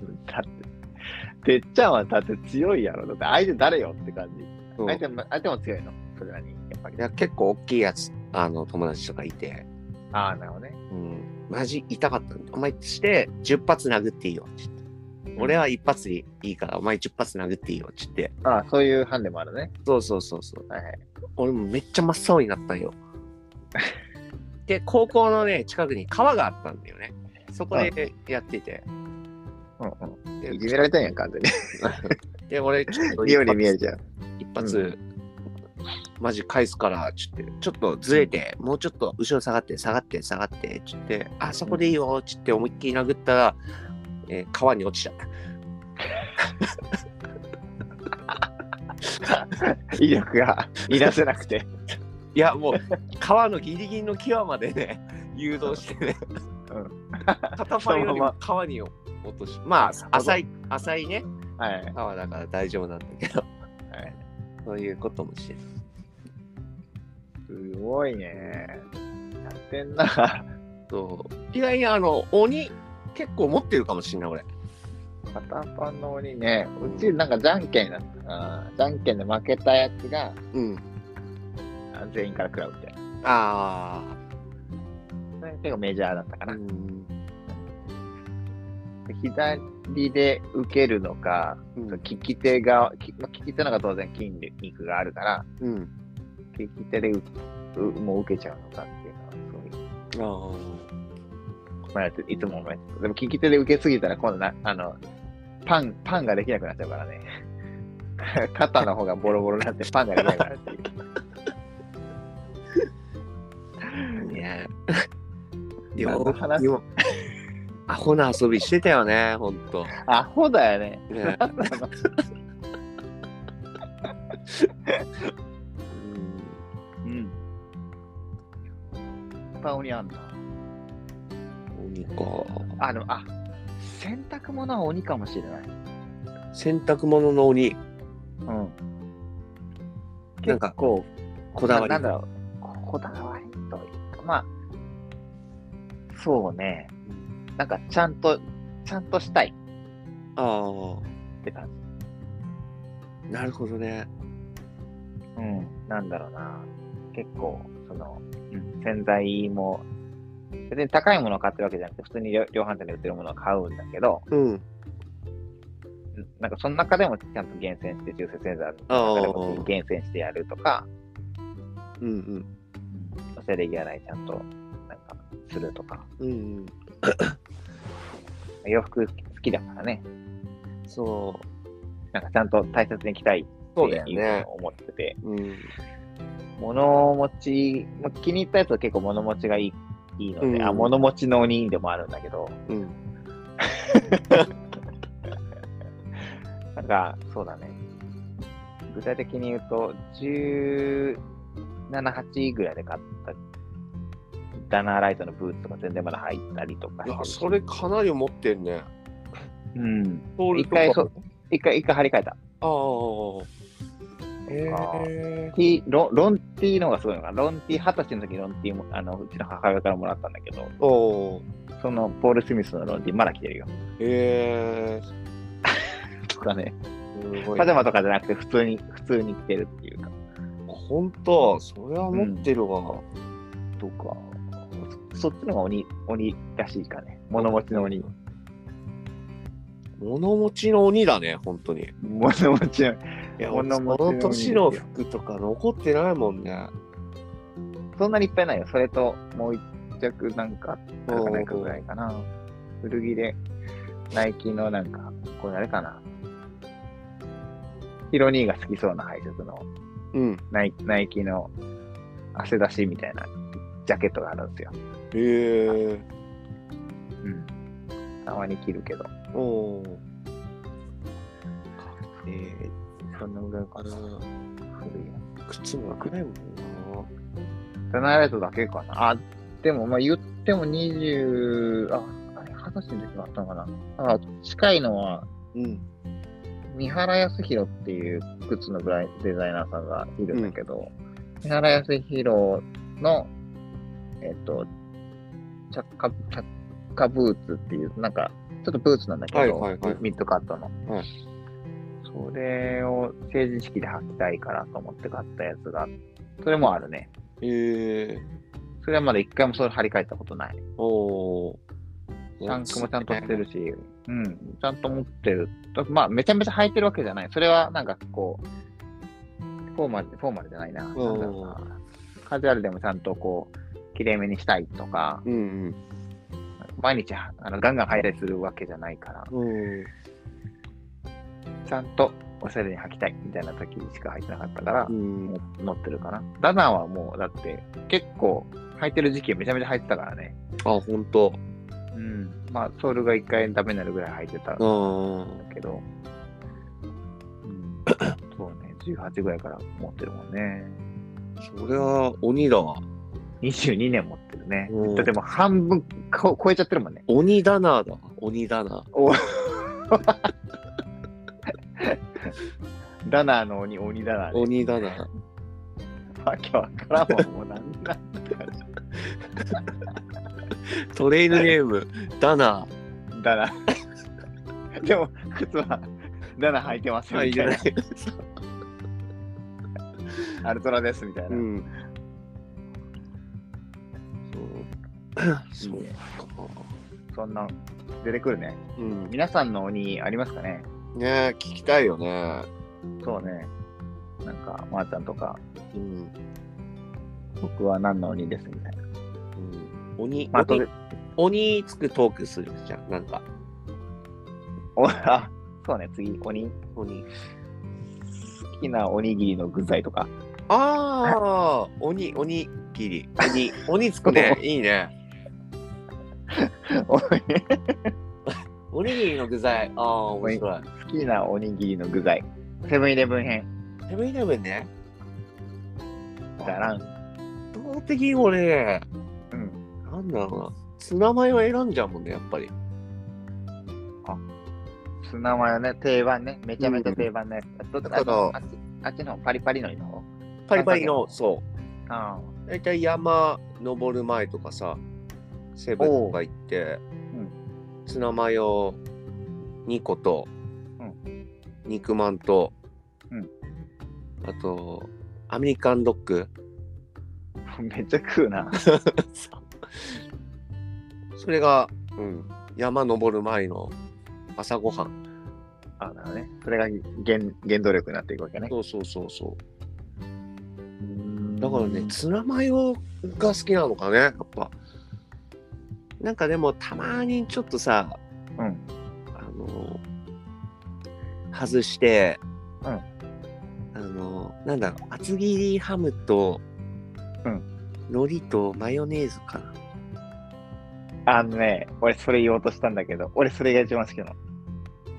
A: て、てっちゃんはだって強いやろ。だって相手誰よって感じ。
B: そう
A: 相手も相手も強いのそれなりに、やっぱり
B: い。や結構大きいやつあの友達とかいて
A: ああ、なるほどね。
B: うん、マジ痛かったんでお前して10発殴っていいよって言って、俺は1発でいいからお前10発殴っていいよって言って
A: ああ、そういうハンデもあるね。
B: そうそうそうそう
A: はいはい。
B: 俺もめっちゃ真っ青になった んよで高校のね近くに川があったんだよねそこでやってて、
A: うん
B: で
A: うん。いじめられたんやん、完全に。
B: で俺ちょっと
A: ように見えるじゃん。
B: 一発、マジ返すからちょってちょっとずれてもうちょっと後ろ下がって下がって下がってちってあそこでいいよちって思いっきり殴ったら、えー川に落ちちゃった
A: 威力 がいらせなくて。
B: いやもう 川のギリギリの際までね 誘導してね、
A: う
B: 片パンより
A: そのま
B: も川に落としまあ浅い浅いね
A: はいはい。
B: 川だから大丈夫なんだけど
A: はい
B: そういうこともして
A: すごいね。やってんな。
B: そう意外にあの鬼結構持ってるかもしれない俺
A: 片パンの鬼ね。うちなんかじゃんけんだった。あーじゃんけんで負けたやつが
B: うん
A: あ全員から食らうみたいな。
B: ああ
A: 辺結構メジャーだったかな。
B: ん
A: 左で受けるのか、
B: うん
A: 利き手が、きまあ利き手のが当然筋肉があるから、
B: うん
A: 利き手でううもう受けちゃうのかっていうのは、すごい
B: ああ
A: まあやって、いつも思います。でも利き手で受けすぎたら、今度な、あの、パン、パンができなくなっちゃうからね。 肩の方がボロボロになって、パンができなくなるっていう。
B: いや
A: 何の話
B: よアホな遊びしてたよねほんと
A: アホだよね。
B: ね
A: うん。いっぱい鬼あんな。
B: 鬼か
A: あ、でも、あ、洗濯物は鬼かもしれない。
B: 洗濯物の鬼
A: うん。
B: な
A: 結
B: んか
A: 構、
B: こだわり
A: ななんだろう、ここだわりというか、まあ、そうね、なんかちゃんと、ちゃんとしたい
B: あ
A: って感
B: あなるほどね
A: じ。うん。なんだろうな、結構、その、洗剤も、別に高いものを買ってるわけじゃなくて、普通に量量販店で売ってるものを買うんだけど、
B: うん
A: なんかその中でもちゃんと厳選して、中性洗剤
B: ああ
A: を厳選してやるとか、
B: うん
A: セレギ洗いちゃんと、なんか、するとか、
B: うんうん
A: 洋服好きだからね、
B: そ
A: なんかちゃんと大切に着たいっていうのを思ってて、
B: ううん
A: 物持ち、まあ気に入ったやつは結構物持ちがいいいいので、
B: うん
A: あ物持ちの鬼でもあるんだけど、
B: うん
A: なんか、そうだね。具体的に言うと、17、8ぐらいで買った、ダナーライトのブーツとか全然まだ入ったりとか
B: い
A: して
B: や
A: るし
B: それかなり持ってんね
A: うん。
B: それとか
A: 一回そ一回、一回張り替えた。
B: ああへえ
A: T ロンロンティーの方がすごいのかな。ロンティー、二十歳の時ロンティーも、あの、うちの母親からもらったんだけど、
B: おお
A: そのポール・スミスのロンティーまだ着てるよ。
B: へえ
A: とかね。
B: すごい
A: パジャマとかじゃなくて、普通に、普通に着てるっていうか。
B: ほんとそれは持ってるわ
A: とか、そそっちの方が鬼、鬼らしいかね。物持ちの鬼。
B: 物持ちの鬼だね本当に
A: 物持ちの
B: いや、
A: こんな
B: 俺
A: もん
B: その年の服とか残ってないもんね。
A: そんなにいっぱいないよ。それと、もう一着なんか、なんかないかぐらいかな。古着で、ナイキのなんか、これあれかな。ヒロ兄が好きそうな配色の
B: うん。
A: ナイ、ナイキの汗出しみたいなジャケットがあるんですよ。
B: へえ。
A: うん。たまに着るけど。
B: おお。かっけえ
A: そんなぐらいかな。古いや
B: 靴もなくないもんな。
A: つ。ダナーライトだけかな。あ、でも、まあ言っても20、あ、あれ、二十歳の時もあったのかな。あ、近いのは、
B: うん。
A: 三原康弘っていう靴のブライデザイナーさんがいるんだけど、三原康弘の、えっと、チャッカ、チャッカブーツっていう、なんか、ちょっとブーツなんだけど、
B: はいはいはい
A: ミッドカットの。
B: はい
A: それを成人式で履きたいからと思って買ったやつが、それもあるね。
B: へえ。
A: それはまだ一回もそれ張り替えたことない。
B: おお。
A: タンクもちゃんとしてるし、うん、ちゃんと持ってる。だまあ、めちゃめちゃ履いてるわけじゃない。それはなんかこう、フォーマル、フォーマルじゃないな。なんだろうなカジュアルでもちゃんとこう、きれいめにしたいとか、
B: うん
A: 毎日あのガンガン履いたりするわけじゃないから、
B: うん。うん。
A: ちゃんとおしゃれに履きたいみたいな時しか履いてなかったから、
B: うん。
A: もう乗ってるかな。ダナーはもう、だって結構履いてる時期めちゃめちゃ履いてたからね。
B: あ、ほんと。
A: うん。まあ、ソールが一回ダメになるぐらい履いてた
B: うん。
A: けど、うん、そうね、18ぐらいから持ってるもんね。
B: それは鬼だわ。
A: 22年持ってるね
B: うん。
A: だってもう半分こ超えちゃってるもんね。
B: 鬼だなだ。鬼だな。
A: おダナーの鬼、鬼ダナーで。
B: 鬼だな。
A: わけわからんもん、もうなんだ。
B: トレイルネーム、だな。
A: ダナ ー。でも、靴は、ダナー履いてますよみたいな。
B: い。
A: アルトラですみたいうな。
B: ん。
A: いいね
B: そう
A: そんな、出てくるね。
B: うん、ね
A: 皆さんの鬼ありますかね
B: え聞きたいよね。
A: そうね。なんか、まー、ちゃんとか、
B: うん。
A: 僕は何の鬼ですみたいな。
B: うん、鬼、
A: まあ、と
B: 鬼、鬼つくトークするじゃん。なんか、
A: おあ、そうね、次、鬼。
B: 鬼。
A: 好きなおにぎりの具材とか。
B: ああ、鬼、鬼切り。 鬼、鬼つくね。いいね。
A: お好
B: おにぎりの具材。ああ、面白い。
A: きなおにぎりの具材。セブンイレブン編。
B: セブンイレブンね。
A: だからん。
B: 圧倒的に俺、
A: うん。
B: なんだろうな。ツナマヨ選んじゃうもんね、やっぱり。
A: ツナマヨね、定番ね。めちゃめちゃ定番のやつ。どっち
B: だから
A: ああっちあっちのパリパリのりの方
B: パリパリの、そう。
A: あ
B: 大体山登る前とかさセブンとか行って、
A: おううん
B: ツナマヨ2個と、
A: う
B: 肉まんと、
A: うん
B: あとアメリカンドッ グ
A: あ。 めっちゃ食うな。
B: それが、うん、山登る前の朝ごはん
A: あなるほどね。それが原原動力になっていくわけね。
B: そうそうそうそう
A: だ
B: だからねツナマヨが好きなのかねやっぱなんかでもたまにちょっとさ
A: うん。
B: あの外して、
A: うん
B: あのなんだろう厚切りハムと、
A: うん
B: 海苔とマヨネーズかな
A: あのね、俺それ言おうとしたんだけど、俺それが一番好きな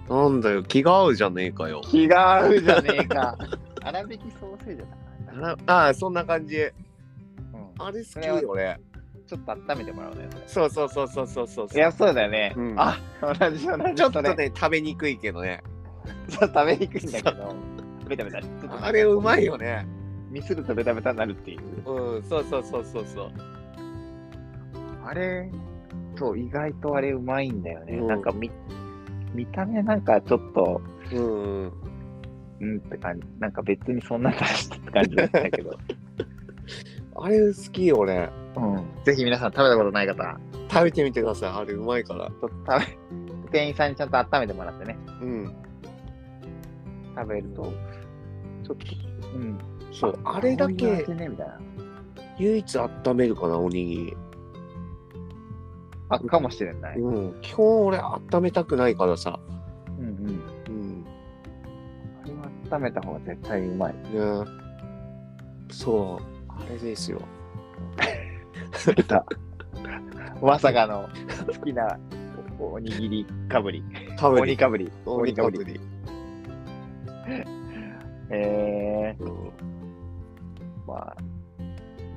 A: の。
B: なんだよ気が合うじゃねえかよ
A: 気が合うじゃね えか。粗挽きソーセージだ
B: あらああそんな感じ
A: な。
B: あれ好
A: それは
B: き俺
A: うん。ちょっと温めてもらうね。それ
B: そうそうそうそうそうそう
A: いや、そうだよね。
B: うん
A: あ、同じ同じ。
B: ちょっと
A: それ。
B: ね食べにくいけど ね
A: ちょっと食べにくいんだけど。ベタベタ。ちょっと
B: あれうまい。よね
A: ミスるとベタベタになるっていう。
B: うんそうそうそうそうそう
A: あれ、そう、意外とあれうまいんだよね。
B: うん
A: なんか見、見た目なんかちょっと、
B: うんうん
A: うんって感じ。なんか別にそんな大してって感じだった けど。
B: あれ好き俺
A: うん。ぜひ皆さん食べたことない方、
B: 食べてみてくださいあれうまいから
A: ちょっと食べ、店員さんにちゃんと温めてもらってね。
B: うん
A: 食べると、ちょっと、うん。
B: そうあれだ
A: こういう
B: け
A: 味ね、みたいな。
B: 唯一温めるかなおにぎり
A: あ、かもしれない。うん
B: うん、基本俺温めたくないからさ、
A: うん。
B: うん、
A: あれは温めた方が絶対うまい。
B: ねそうあれです よ
A: 出 た。まさかの好きなおおにぎりかぶり。
B: 食べ
A: おに
B: て
A: かぶり。
B: おにかぶり、
A: えー、
B: うん、
A: まあ、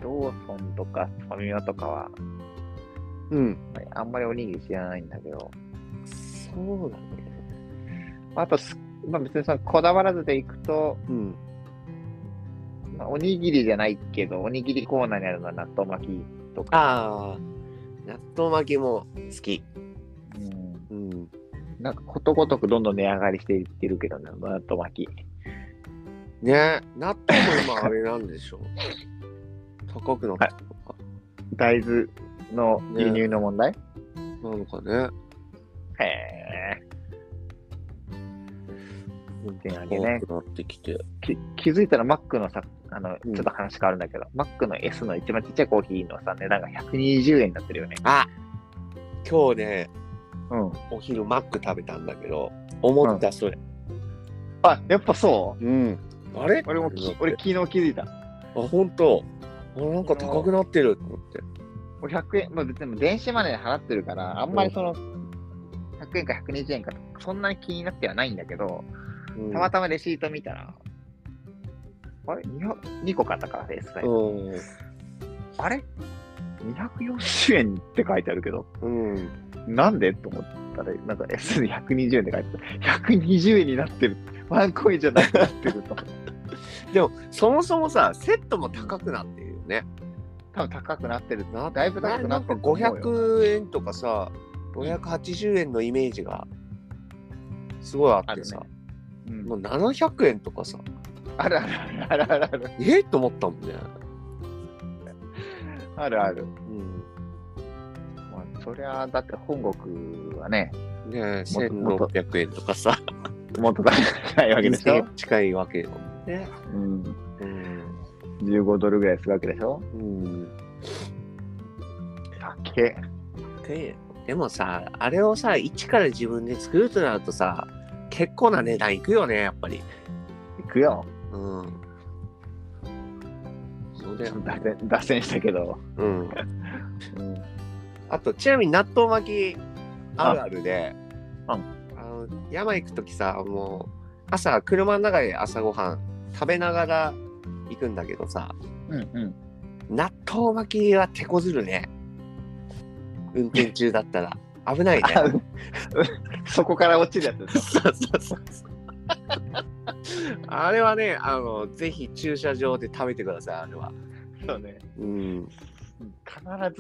A: ローソンとかファミマとかは、
B: うん、
A: あんまりおにぎり知らないんだけど、
B: そうだね
A: あとす、まあ、別にそのこだわらずでいくと、
B: うん
A: まあ、おにぎりじゃないけど、おにぎりコーナーにあるのは納豆巻きとか、
B: ああ納豆巻きも好き
A: う
B: う
A: ん、
B: ん
A: なんかことごとくどんどん値上がりしていってるけどね、納豆巻き。
B: ね納豆も今あれなんでしょう 高くなったのか
A: 大豆の輸入の問題、
B: なのかね
A: へえ。運転上げね
B: 高くなってきて
A: き気づいたらマックのさ、あの、ち
B: う
A: ょ
B: ん
A: っと話変わるんだけど、マックの S の一番ちっちゃいコーヒーのさ、値段が120円になってるよね。
B: 今日ね
A: うん。
B: お昼マック食べたんだけど思ったそれ
A: あ、やっぱそ
B: うん、あれ
A: う俺も
B: と思
A: き
B: っ、て
A: 俺昨日気づいた。
B: あ、本当。あ、なんか高くなってると思って。
A: 俺100円、まあ別にもう電子マネーで払ってるから、あんまりその、100円か120円か、そんなに気になってはないんだけど、
B: うん
A: たまたまレシート見たら、あれ 2, ?2 個買ったから、S サイズ。
B: うん。
A: あれ ?240 円って書いてあるけど、
B: うん。
A: なんでと思ったら、なんか S で120円って書いてある。120円になってる。ワンコインじゃなくなってる と。
B: でも、そもそもさ、セットも高くなってるよね。
A: 多分高くなってる。
B: な
A: だいぶ高くなってると思うよ
B: なんか500円とかさ、580円のイメージがすごいあ
A: あ
B: っ
A: る
B: てさ、
A: ねうん
B: もう700円とかさ、
A: あるあるあるあるある。
B: えっと思ったもんね。
A: あるある。
B: うん。
A: そりゃ、だって本国はね、
B: ねえ
A: もっともっと
B: 1600円とかさ、
A: もっと高いわけでし
B: 2000
A: ょ
B: 円。近いわけよ。ね。
A: うん。
B: うん。
A: 15ドルぐらいするわけでしょ。
B: うん、
A: 高え。
B: ででもさ、あれをさ、一から自分で作るとなるとさ、結構な値段いくよね、やっぱり。
A: いくよ。
B: うん。そうだ
A: ちょ
B: よ
A: っと脱線脱線したけど。
B: うん。あと、ちなみに納豆巻きあるあるで、
A: うん
B: あの山行くときさ、もう、朝、車の中で朝ごはん食べながら行くんだけどさ、
A: うんうん。
B: 納豆巻きは手こずるね。運転中だったら。危ないね。
A: あうんそこから落ちるやつでし
B: そうそうそうそう。 あれはね、あの、ぜひ駐車場で食べてください、あれは。
A: ょ。そうね。
B: うん。
A: 必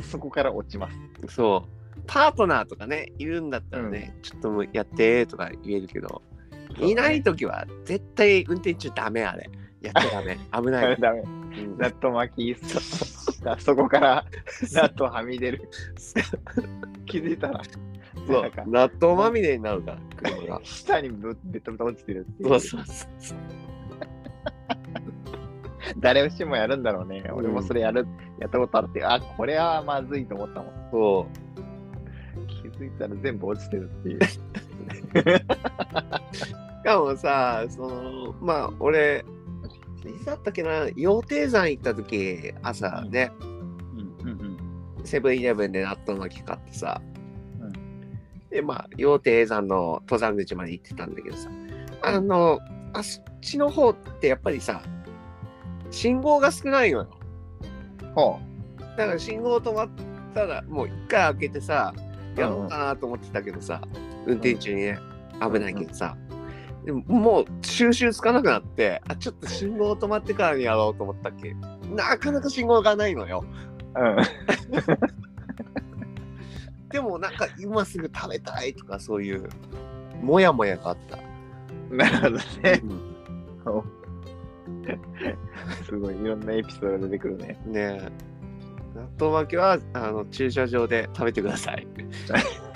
A: ずそこから落ちます。
B: そう。パートナーとかね、いるんだったらね、ちょっともうやってとか言えるけど、いないときは絶対運転中ダメ、あれ。やっちゃダ メ。危な
A: ダメ
B: い。
A: ダメ。
B: うん
A: 納豆巻き、 そそこから納豆はみ出る。気づいたら、
B: そ
A: な
B: うん
A: か
B: 納豆まみれになるから、車が。
A: 下にぶっベトベト落ちてるってい
B: そう
A: う。
B: そうそう。
A: 誰しもやるんだろうね。
B: ん
A: 俺もそれやる、やったことあって、あ、これはまずいと思ったもん。
B: そう
A: 気づいたら全部落ちてるっていう。
B: しかもさそのまあ俺いつだったっけな羊蹄山行った時朝ね、
A: うんうん
B: セブンイレブンで納豆巻き買ってさ、
A: う
B: でまあ羊蹄山の登山口まで行ってたんだけどさあのあっちの方ってやっぱりさ信号が少ないのよ
A: うん。ほ
B: だから信号止まったらもう一回開けてさやろうかなと思ってたけどさ、運転中にね危ないけどさ、でももう収集つかなくなってあちょっと信号止まってからにやろうと思ったっけなかなか信号がないのよ
A: う。うん。
B: でもなんか今すぐ食べたいとかそういうモヤモヤがあった、
A: なるほどね。
B: うん
A: すごい、いろんなエピソードが出てくるね。
B: ねえ納豆巻きはあの駐車場で食べてください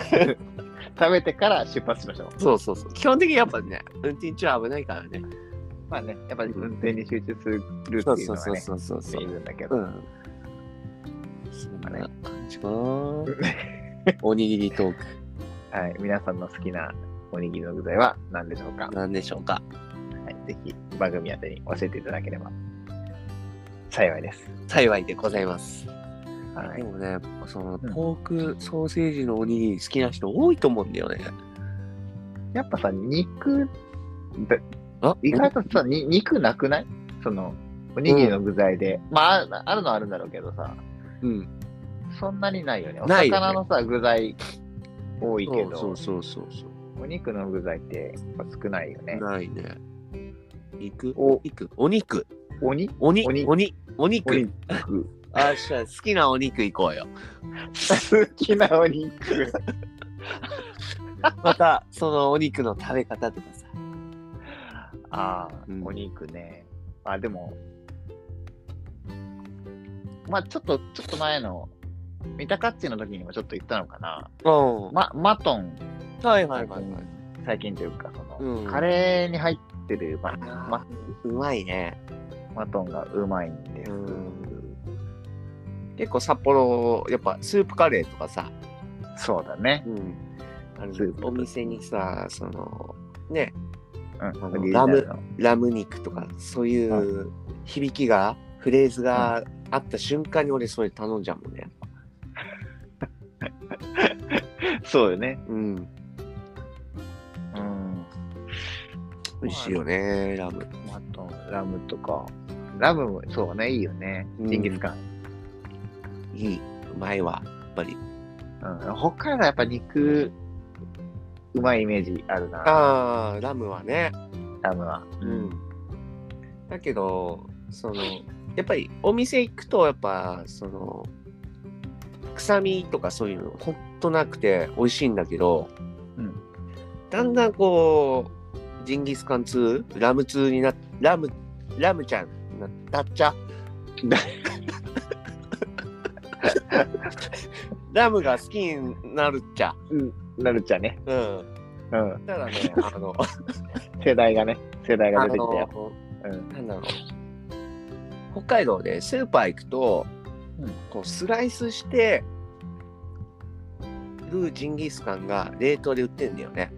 A: 食べてから出発しましょう。
B: そうそうそう基本的にやっぱね運転中は危ないからね
A: まあね、やっぱり運転に集中するっていうの
B: そう
A: がね、
B: そうそうそう
A: いるんだけ
B: う
A: ど。
B: ん。そんな感じかな。おにぎりトーク、
A: はい、皆さんの好きなおにぎりの具材は何でしょうか、
B: なんでしょうか。
A: はい、ぜひ番組宛てに教えていただければ幸いです。
B: 幸いでございます。
A: は
B: で
A: い、
B: もね、その
A: うん
B: ポークソーセージのおにぎり好きな人多いと思うんだよね。
A: やっぱさ、肉、だ
B: あ
A: 意外とさ、に肉なくないその、おにぎりの具材で。まあ、ああるのはあるんだろうけどさ、
B: うん。
A: そんなにないよね。お
B: ないよね
A: 魚のさ、具材多いけど、
B: そうそうそうそうそう。
A: お肉の具材ってやっぱ少ないよね。
B: ないね。肉
A: お
B: お肉お肉
A: おに
B: おに
A: お
B: お
A: に
B: におにお
A: お
B: 肉
A: 肉。
B: あじゃあ好きなお肉行こうよ。
A: 好きなお肉。
B: またそのお肉の食べ方とかさ。
A: ああ、
B: うん
A: お肉ね。あ、でも、まあちょっと、ちょっと前の、三鷹っちの時にもちょっと言ったのかな。
B: うん。
A: ま、マトン、
B: はいはいはいはい。
A: 最近というか、その、
B: うん
A: カレーに入ってるママ
B: うまいね。
A: マトンがうまいんです。
B: 結構札幌やっぱスープカレーとかさ、
A: そうだね。
B: あの
A: スープ
B: お店にさそのね
A: うん、
B: あ
A: オ
B: の
A: リジナルの
B: ラム肉とかそういう響きが、フレーズがあった瞬間に俺それ頼んじゃうもんね。
A: そうよね。
B: うん、
A: うん。
B: 美味しいよねラム。
A: マトン、ラムとか。ラムも、そうね、いいよね。
B: うん
A: ジンギスカン。
B: いい。うまいわやっぱり。
A: うん、北海道はやっぱ肉うまいイメージあるな、
B: ああラムはね。
A: ラムは。
B: うん、だけどそのやっぱりお店行くとやっぱその臭みとかそういうのほんとなくて美味しいんだけど、
A: うん
B: だんだんこうジンギスカン通ラム通になラムラムちゃんなだっちゃララムが好きになるっちゃ。
A: なるっちゃね。
B: うん。
A: うん。
B: だからね、あの、
A: 世代がね、世代が
B: あ
A: 出てきたよ。
B: の、
A: うん。
B: なんだろう。北海道でスーパー行くと、
A: うん
B: こうスライスしてるジンギスカンが冷凍で売ってんだよね。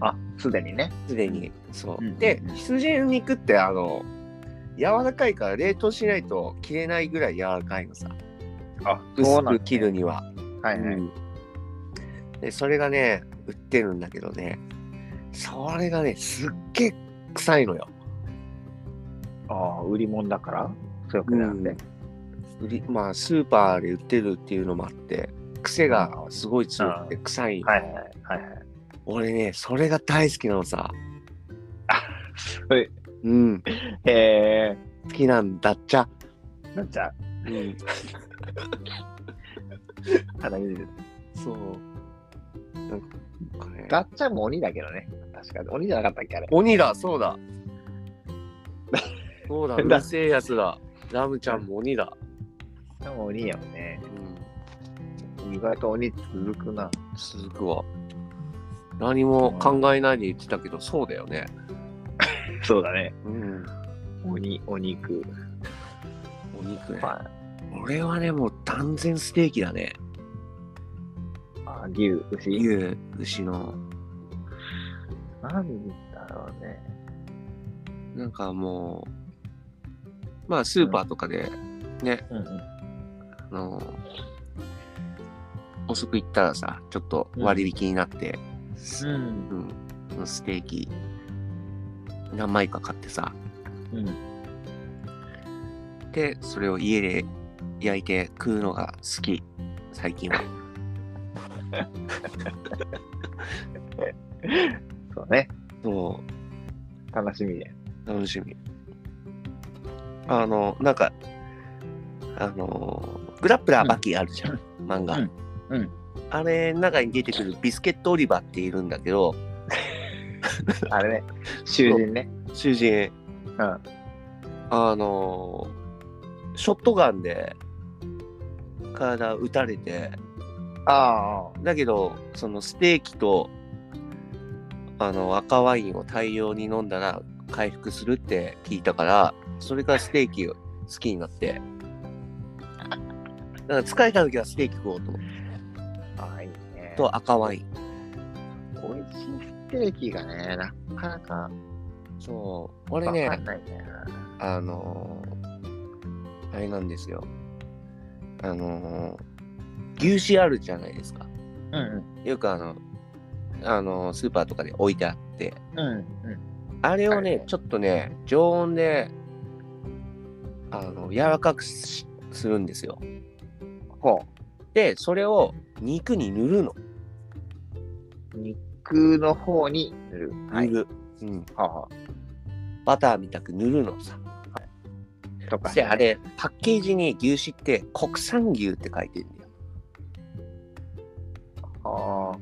A: あ、すでにね。
B: すでに。そう。
A: うんうんうん
B: で、羊の肉って、あの、柔らかいから冷凍しないと切れないぐらい柔らかいのさ。
A: あ、
B: 薄
A: なん
B: く切るには。
A: はいはい。
B: うんでそれがね売ってるんだけどねそれがねすっげえ臭いのよ、
A: ああ、売り物だからそういうわけじゃなくて。
B: 売りまあスーパーで売ってるっていうのもあって癖がすごい強くて臭い、
A: はいはいはいはい。
B: 俺ねそれが大好きなのさ
A: それ
B: うん
A: え
B: 好きなんだっちゃ、
A: ー、なんちゃ、
B: うん、
A: ただ見てる。
B: そうなんかね
A: ガッチャンも鬼だけどね。確かに。鬼じゃなかったっけあれ。
B: 鬼だそうだそう だう
A: だ
B: るせえやつだラムちゃんも鬼だ、
A: でも鬼やもんね。
B: うん
A: 意外と鬼続くな。
B: 続くわ。何も考えないで言ってたけど、そうだよね。
A: そうだね。
B: うん。
A: 鬼、お肉。
B: お肉ね。
A: ま
B: 俺はね、もう断然ステーキだね。
A: あ、あ牛、牛。
B: 牛、牛の。
A: なんだろうね。
B: なんかもう、まあ、スーパーとかで、ね、
A: うんうん。
B: あの、遅く行ったらさ、ちょっと割引になって、す
A: うん。
B: うん、そのステーキ、何枚か買ってさ、
A: うん。
B: で、それを家で焼いて食うのが好き、最近は。
A: そうね。
B: そう。
A: 楽しみで。
B: 楽しみ。あの、なんか、あの、グラップラーバキあるじゃん、漫画。
A: うんうん
B: あれ、中に出てくるビスケットオリバーっているんだけど、
A: あれね。囚人ね。
B: 囚人、
A: うん。
B: あの、ショットガンで体撃たれて、
A: ああ。
B: だけど、そのステーキと、あの、赤ワインを大量に飲んだら回復するって聞いたから、それからステーキを好きになって。だから疲れた時はステーキ食おうと思って。
A: ああ、いいね。
B: と赤ワイン。
A: 美味しいステーキがね、なかなか
B: そう。俺
A: わか
B: ね
A: ん、ないね。
B: あのーあれなんですよ。あのー牛脂あるじゃないですか。
A: うんうん。
B: よくあの、あのースーパーとかで置いてあって、
A: うんうん。
B: あれをね、
A: はいはい
B: ちょっとね、常温で、あの、柔らかくしするんですよ。
A: ほ
B: で、それを肉に塗るの。
A: う。肉の方に塗る。
B: 塗。る。うん。
A: はあは
B: バターみたく塗るのさ。
A: あ。とか、
B: で、あ。れ、パッケージに牛脂って国産牛って書いてるんだよ。
A: は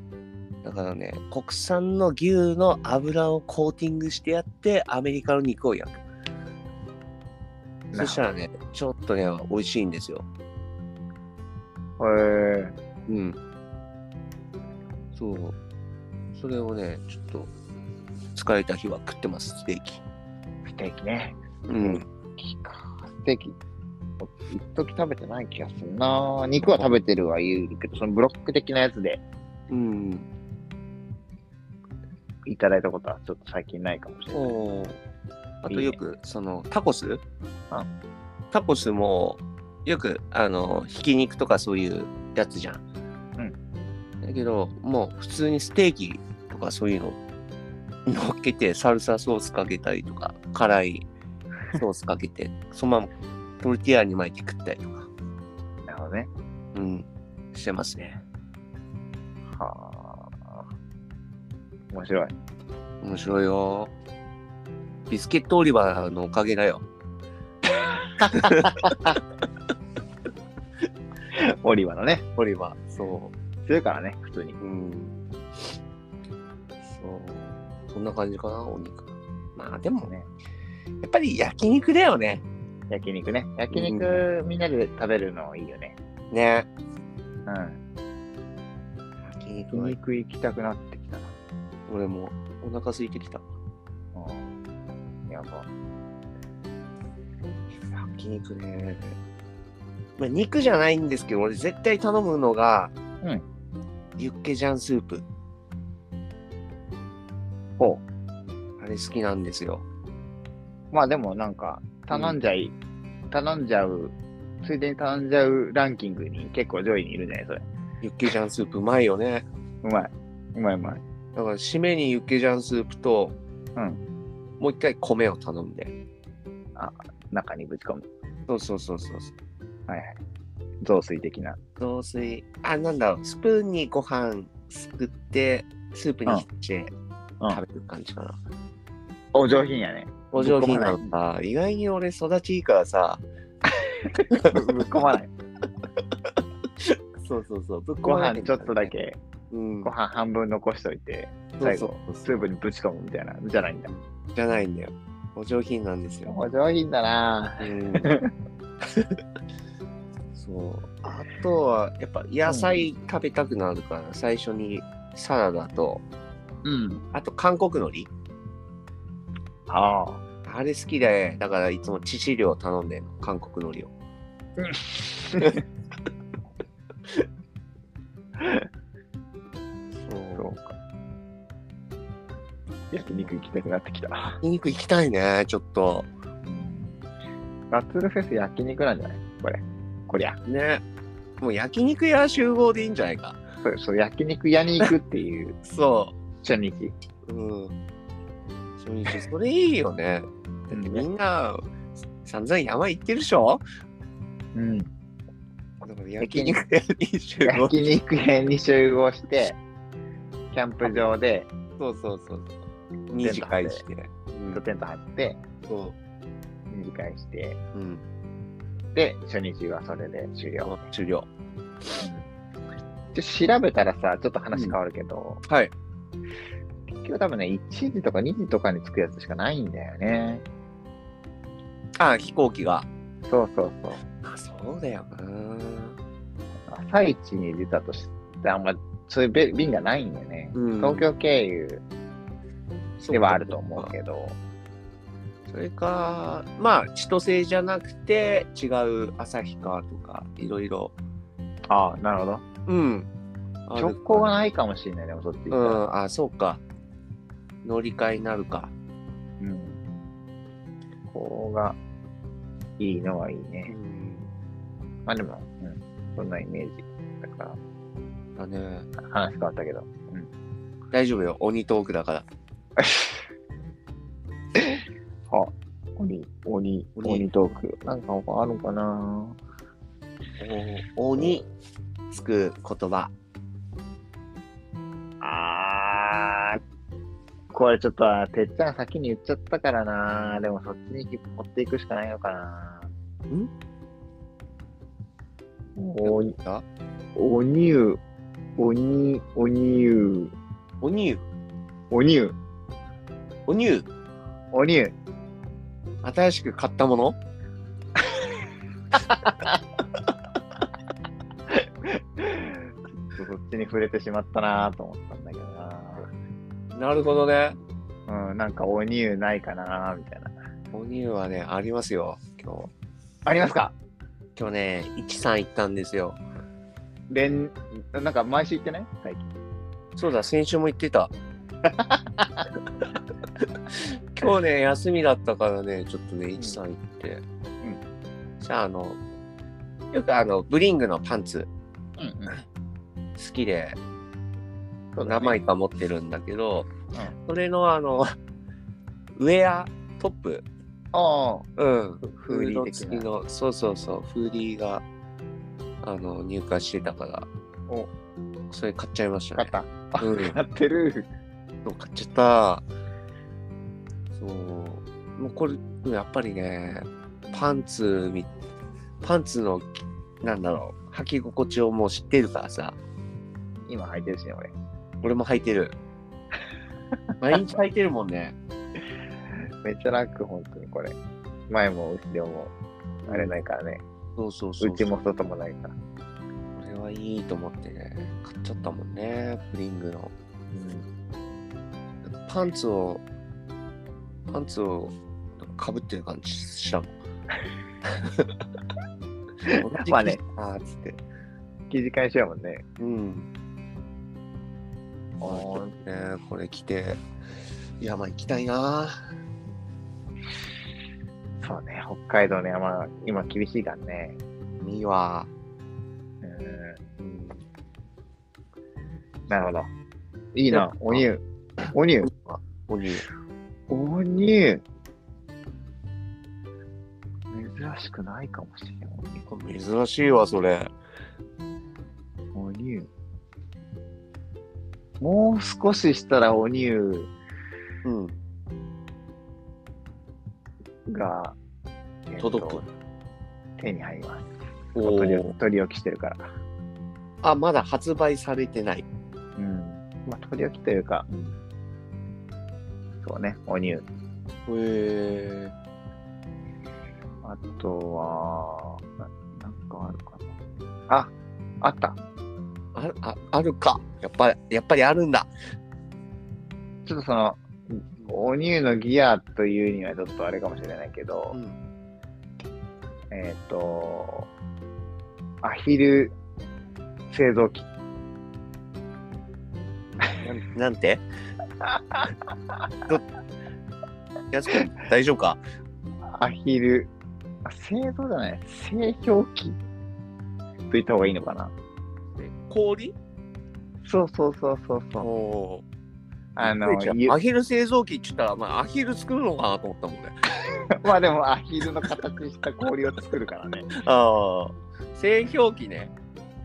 A: あ。
B: だからね、国産の牛の油をコーティングしてやって、アメリカの肉を焼く。そしたらね、ちょっとね、美味しいんですよ。
A: へえ。
B: うん。そう。それをね、ちょっと、疲れた日は食ってます、ステーキ。
A: ステーキね。
B: うん。
A: ステーキ。一時食べてない気がするな。肉は食べてるは言うけど、そのブロック的なやつで
B: うん。
A: いただいたことはちょっと最近ないかもしれない。
B: おーあ
A: いい
B: と
A: ね
B: よく、その、タコス
A: あ
B: タコスも、よく、あの、ひき肉とかそういうやつじゃん。うん。だけど、もう、普通にステーキとかそういうの、乗っけて、サルサソースかけたりとか、辛いソースかけて、そのままトルティーヤに巻いて食ったりとか。
A: なるほどね。
B: うん、してますね。
A: はあ。面白い。
B: 面白いよ。ビスケットオリバーのおかげだよ。
A: オリバのね。
B: オリバー。そ
A: 強いからね、普通に。
B: う。うん。そう。そんな感じかな、お肉。まあでもね、
A: ね、
B: やっぱり焼肉だよね。
A: 焼肉ね。焼肉、みんなで食べるのいいよね。
B: ね。
A: うん。うん。
B: 筋肉
A: 筋
B: は
A: 肉行きたくなってきたな。
B: 俺もお腹空いてきた
A: うん。やば。
B: 焼肉ね、まあ、肉じゃないんですけど俺絶対頼むのが、
A: うん
B: ユッケジャンスープ
A: ほ
B: あれ好きなんですよ
A: う。まあでもなんか、頼んじゃい、頼んじゃう、ついでに頼んじゃうランキングに結構上位にいるんじゃないそれ。
B: ユッケジャンスープうまいよね
A: うまい。うまいうまい。
B: だから締めにユッケジャンスープと、
A: うん、
B: もう一回米を頼んで
A: 中にぶち込む。
B: そうそうそうそうそう
A: はいはい。雑炊的な。
B: 雑炊あなんだろうスプーンにご飯すくってスープにして
A: うん
B: 食べる感じかな、
A: お上品やね。
B: お上品なんだ意外に俺育ちいいからさ
A: ぶっ込まない。
B: そうそうそう。ぶっ
A: ご
B: こまれ
A: 飯
B: てる
A: ちょっとだ。け、
B: うん。
A: ご飯半分残しといて、最後、ス
B: そう
A: ープにぶち込むみたいな。じゃないんだ。
B: じゃないんだよ。お上品なんですよ。
A: お上品だな
B: うん。 そう。あとは、やっぱ野菜食べたくなるから、最初にサラダと、
A: うん。
B: あと韓国海苔。
A: ああ。
B: あれ好きで、だからいつも致死量頼んでんの、韓国海苔を。
A: そ
B: そう
A: うか。焼肉行きたくなってきた。
B: 筋肉行きたいね、ちょっと。
A: ガッツルフェス焼肉なんじゃないこれ。こりゃ。
B: ね。もう焼肉屋集合でいいんじゃないか。
A: そう、そう、焼肉屋に行くっていう
B: そう。
A: 初日。
B: うん。そういう人それいいよね。だってみんな、散々山行ってるでしょ
A: うん。
B: だから
A: 焼
B: 焼
A: 肉
B: 肉屋に集合。
A: 焼肉屋に集合して、キャンプ場で、
B: そうそうそう。二次会して。うん
A: テント張って、
B: そ
A: 二次会して、
B: う。うん。
A: で、初日はそれで終了。
B: 終了。
A: で調べたらさ、ちょっと話変わるけど、
B: はい。
A: 結局多分ね、1時とか2時とかに着くやつしかないんだよね。
B: あ、飛行機が。
A: そうそうそう。
B: あ、そうだよな。
A: 朝一に出たとして、あんま、そういうべ便がないんだよね。
B: うん
A: 東京経由ではあると思うけど、
B: それか、まあ、千歳じゃなくて、違う旭川とか、いろいろ。
A: ああ、なるほど。
B: うん。
A: 直行が
B: い。
A: ないかもしれないね、でもそっち
B: う
A: 行っ
B: ん、あ、そうか。乗り換えになるか。
A: たら。うん。ここがいいのはいいね。まあでも、うん、そんなイメージ。だか
B: だね。
A: ら、話変わったけど。
B: 大丈夫よ。鬼トークだから。
A: あ、鬼、鬼、
B: 鬼
A: 鬼トーク。なんか他あるかな
B: 鬼つく言葉。
A: あー、これちょっと、てっちゃん先に言っちゃったからな。でもそっちに持っていくしかないのかな。
B: ん
A: おに、
B: あ
A: おにゅう、おに、おにゅう、
B: 鬼湯。
A: おにゅう、
B: 鬼湯。
A: おにゅう。
B: 新しく買ったもの
A: そっちに触れてしまったなと思ったんだけど
B: なるほどね。
A: な。うん、なんかおにゅうないかなみたいな。
B: 鬼湯はね、ありますよ。今日。
A: ありますか
B: 今日ね、13行ったんですよ。
A: 連、なんか毎週行ってない最近。
B: そうだ、先週も言って た。今日ね、休みだったからね、ちょっとね、13行って。じゃあ、あの、よくあの、ブリングのパンツ
A: うんうん。
B: 好きで、
A: そうだね
B: 何枚か持ってるんだけど、
A: うん
B: それのあの ウェアトップ、
A: ああ、
B: うん、
A: フーディー的
B: フード付き
A: な。
B: のそうそうそうフーディーがあの入荷してたから
A: お
B: それ買っちゃいました
A: 買っ
B: ね
A: た。
B: うん
A: 買ってる。
B: そう買っちゃったそうもうこれやっぱりねパンツみパンツのなんだろう履き心地をもう知ってるからさ
A: 今履いてるしね、俺。
B: 俺も履いて る毎日履いてるもんね
A: めっちゃ楽、本当にこれ。前も後ろも、あれないからね。
B: そうそうそうう
A: ちも外もないから。
B: これははいいと思ってね、買っちゃったもんね、プリングの。パンツを、パンツをかぶってる感じ したもん。同じ
A: まあ
B: 生
A: ね
B: 地だーっつって。
A: 生地返しやもんね。
B: うん。
A: あー
B: ねこれ着て、山行きたいな
A: そうね、北海道の山、今厳しいからね。
B: ー。いいわ。
A: うん
B: うん
A: なるほど。いいな、おにゅう。おにゅう。
B: おに
A: おにゅう。珍しくないかもしれない。
B: 珍しいわ、それ。
A: おにゅう。もう少ししたらおにゅ
B: うん。
A: うが、えっと
B: 届く。
A: 手に入ります。
B: お
A: 取り
B: ー
A: 置き取り置きしてるから。
B: あ、まだ発売されてない。
A: うん。まあ、取り置きというか、そうね、おにゅう。
B: へえ。
A: あとは、ななんかあるかな。あ、あった。
B: あるああるか。やっぱり、やっぱりあるんだ。
A: ちょっとその、おにゅうのギアというにはちょっとあれかもしれないけど、
B: ん。
A: えっ、と、アヒル製造機。
B: なんなんてどやすくん、大丈夫か
A: アヒル、あ製造じゃない、製氷機と言った方がいいのかな。
B: 氷
A: そうそうそうそう
B: お
A: そう。
B: おー。
A: あの、ゆ
B: アヒル製造機って言ったら、まあ、アヒル作るのかなと思ったもんね。
A: まあでもアヒルの形した氷を作るからね。
B: ああ。製氷機ね。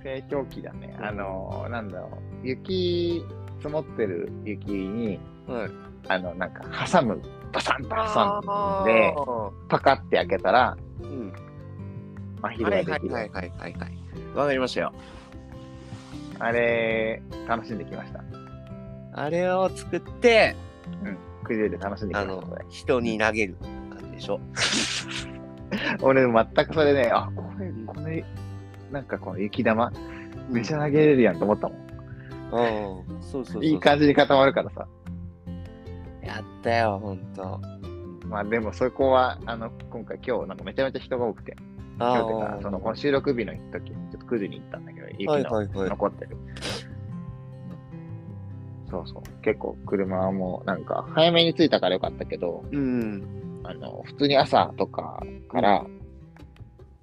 A: 製氷機だね。あの、なんだろう、雪、積もってる雪に、
B: はい。
A: あの、なんか挟む、バサンと挟
B: あ
A: んで、
B: ー
A: パカって開けたら、
B: うん。
A: アヒル
B: は
A: が
B: い
A: で
B: はい
A: きる。
B: はいはいはいはい。わかりましたよ。
A: あれ、楽しんできました。
B: あれを作って、
A: クジュで楽しんできま
B: あ
A: した
B: の
A: ので。、
B: 人に投げる感じでしょ。
A: 俺、全くそれね、あ、これ、これ、なんかこの雪玉、めちゃ投げれるやんと思ったもん。
B: うん。そうそうそう。
A: いい感じに固まるからさ。
B: やったよ、ほんと。
A: まあでもそこは、あの、今回今日なんかめちゃめちゃ人が多くて、今
B: あ
A: 日っていうか、そのこの収録日の時にちょっと9時に行ったんだけど、雪の
B: いは
A: 残ってる。そうそう。結構車もなんか早めに着いたからよかったけど、
B: うん。
A: あの、普通に朝とかから、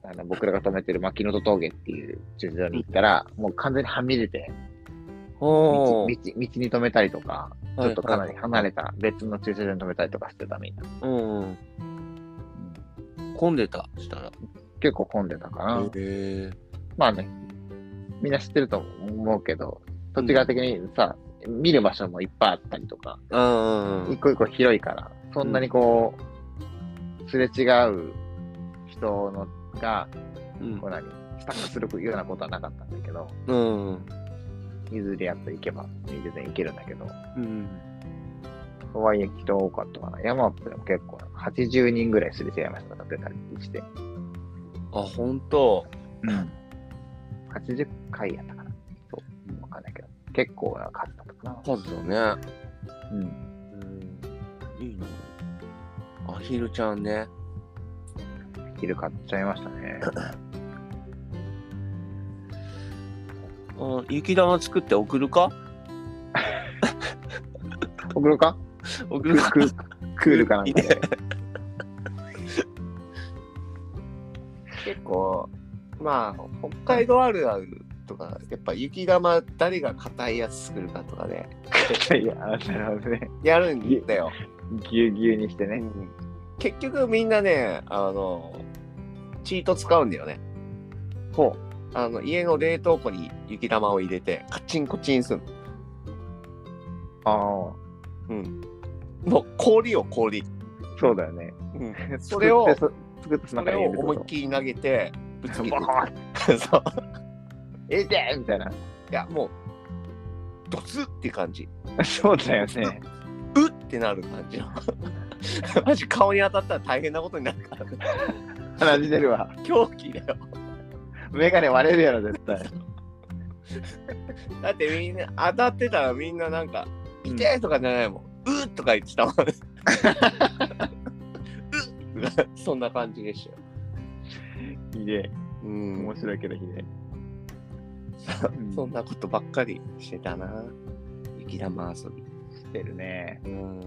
A: あの僕らが止めてる牧野戸峠っていう駐車場に行ったら、もう完全にはみ出て道、
B: お
A: 道、道に
B: ー
A: 止めたりとか、ちょっとかなり離
B: れ。
A: れた別の駐車場に止めたりとかしてたみんな。
B: うん。混んでた、したら。
A: 結構混んでたかな。
B: え。
A: まあね、みんな知ってると思うけど、土地側的にさ、見る場所もいっぱいあったりとか、
B: うんう
A: 一
B: ん。
A: 個一個広いから、そんなにこう、すれ違う人のが、
B: うん
A: こう何、スタックするようなことはなかったんだけど、
B: うん。
A: 譲り合っていけば、全然いけるんだけど、
B: うん。
A: とはいえ人多かったかな。山奥でも結構、80人ぐらいすれ違いましたとか出たりして、
B: あ、ほんと。
A: 80回やったかな。そう、わかんないけど、結構な数だったかな。
B: 数だね。
A: う
B: う
A: ん
B: ん。いいな。アヒルちゃんね。
A: 昼買っちゃいました ね。
B: うん、雪玉作って送るか
A: 送るか
B: 送
A: クークークールかなんかで。
B: 結構まあ北海道あるあるとかやっぱ雪玉誰が硬いやつ作るかとかね
A: いや、なるほどね。
B: やるんだよ、
A: ぎゅうぎゅうにしてね。
B: うん結局みんなねあのチート使うんだよね
A: ほ
B: あの家の冷凍庫に雪玉を入れてカチンコチンする
A: う。あ
B: うんもう氷を氷、
A: あ、そうだよね。
B: うん、それを
A: 作ってそ作って
B: そ
A: その中
B: れを
A: に入れる
B: 思いっ
A: と。
B: きり投げてぶつけて
A: ボコーン
B: いく そう
A: えてみたいな。
B: いやもうドツって感じ
A: そうだよね。
B: うってなる感じの マジ顔に当たったら大変なことになるからね
A: 鼻血出るわ。
B: 狂気だよ
A: メガネ割れるやろ、絶対。
B: だってみんな当たってたらみんななんか「痛え!」とかじゃないもん「うっ!」とか言ってたもんうっとかそんな感じでしたよ。
A: ひでえ。
B: うん
A: 面白いけどひでえ。 うん
B: そんなことばっかりしてたな。雪玉遊び。
A: してるね。
B: うん。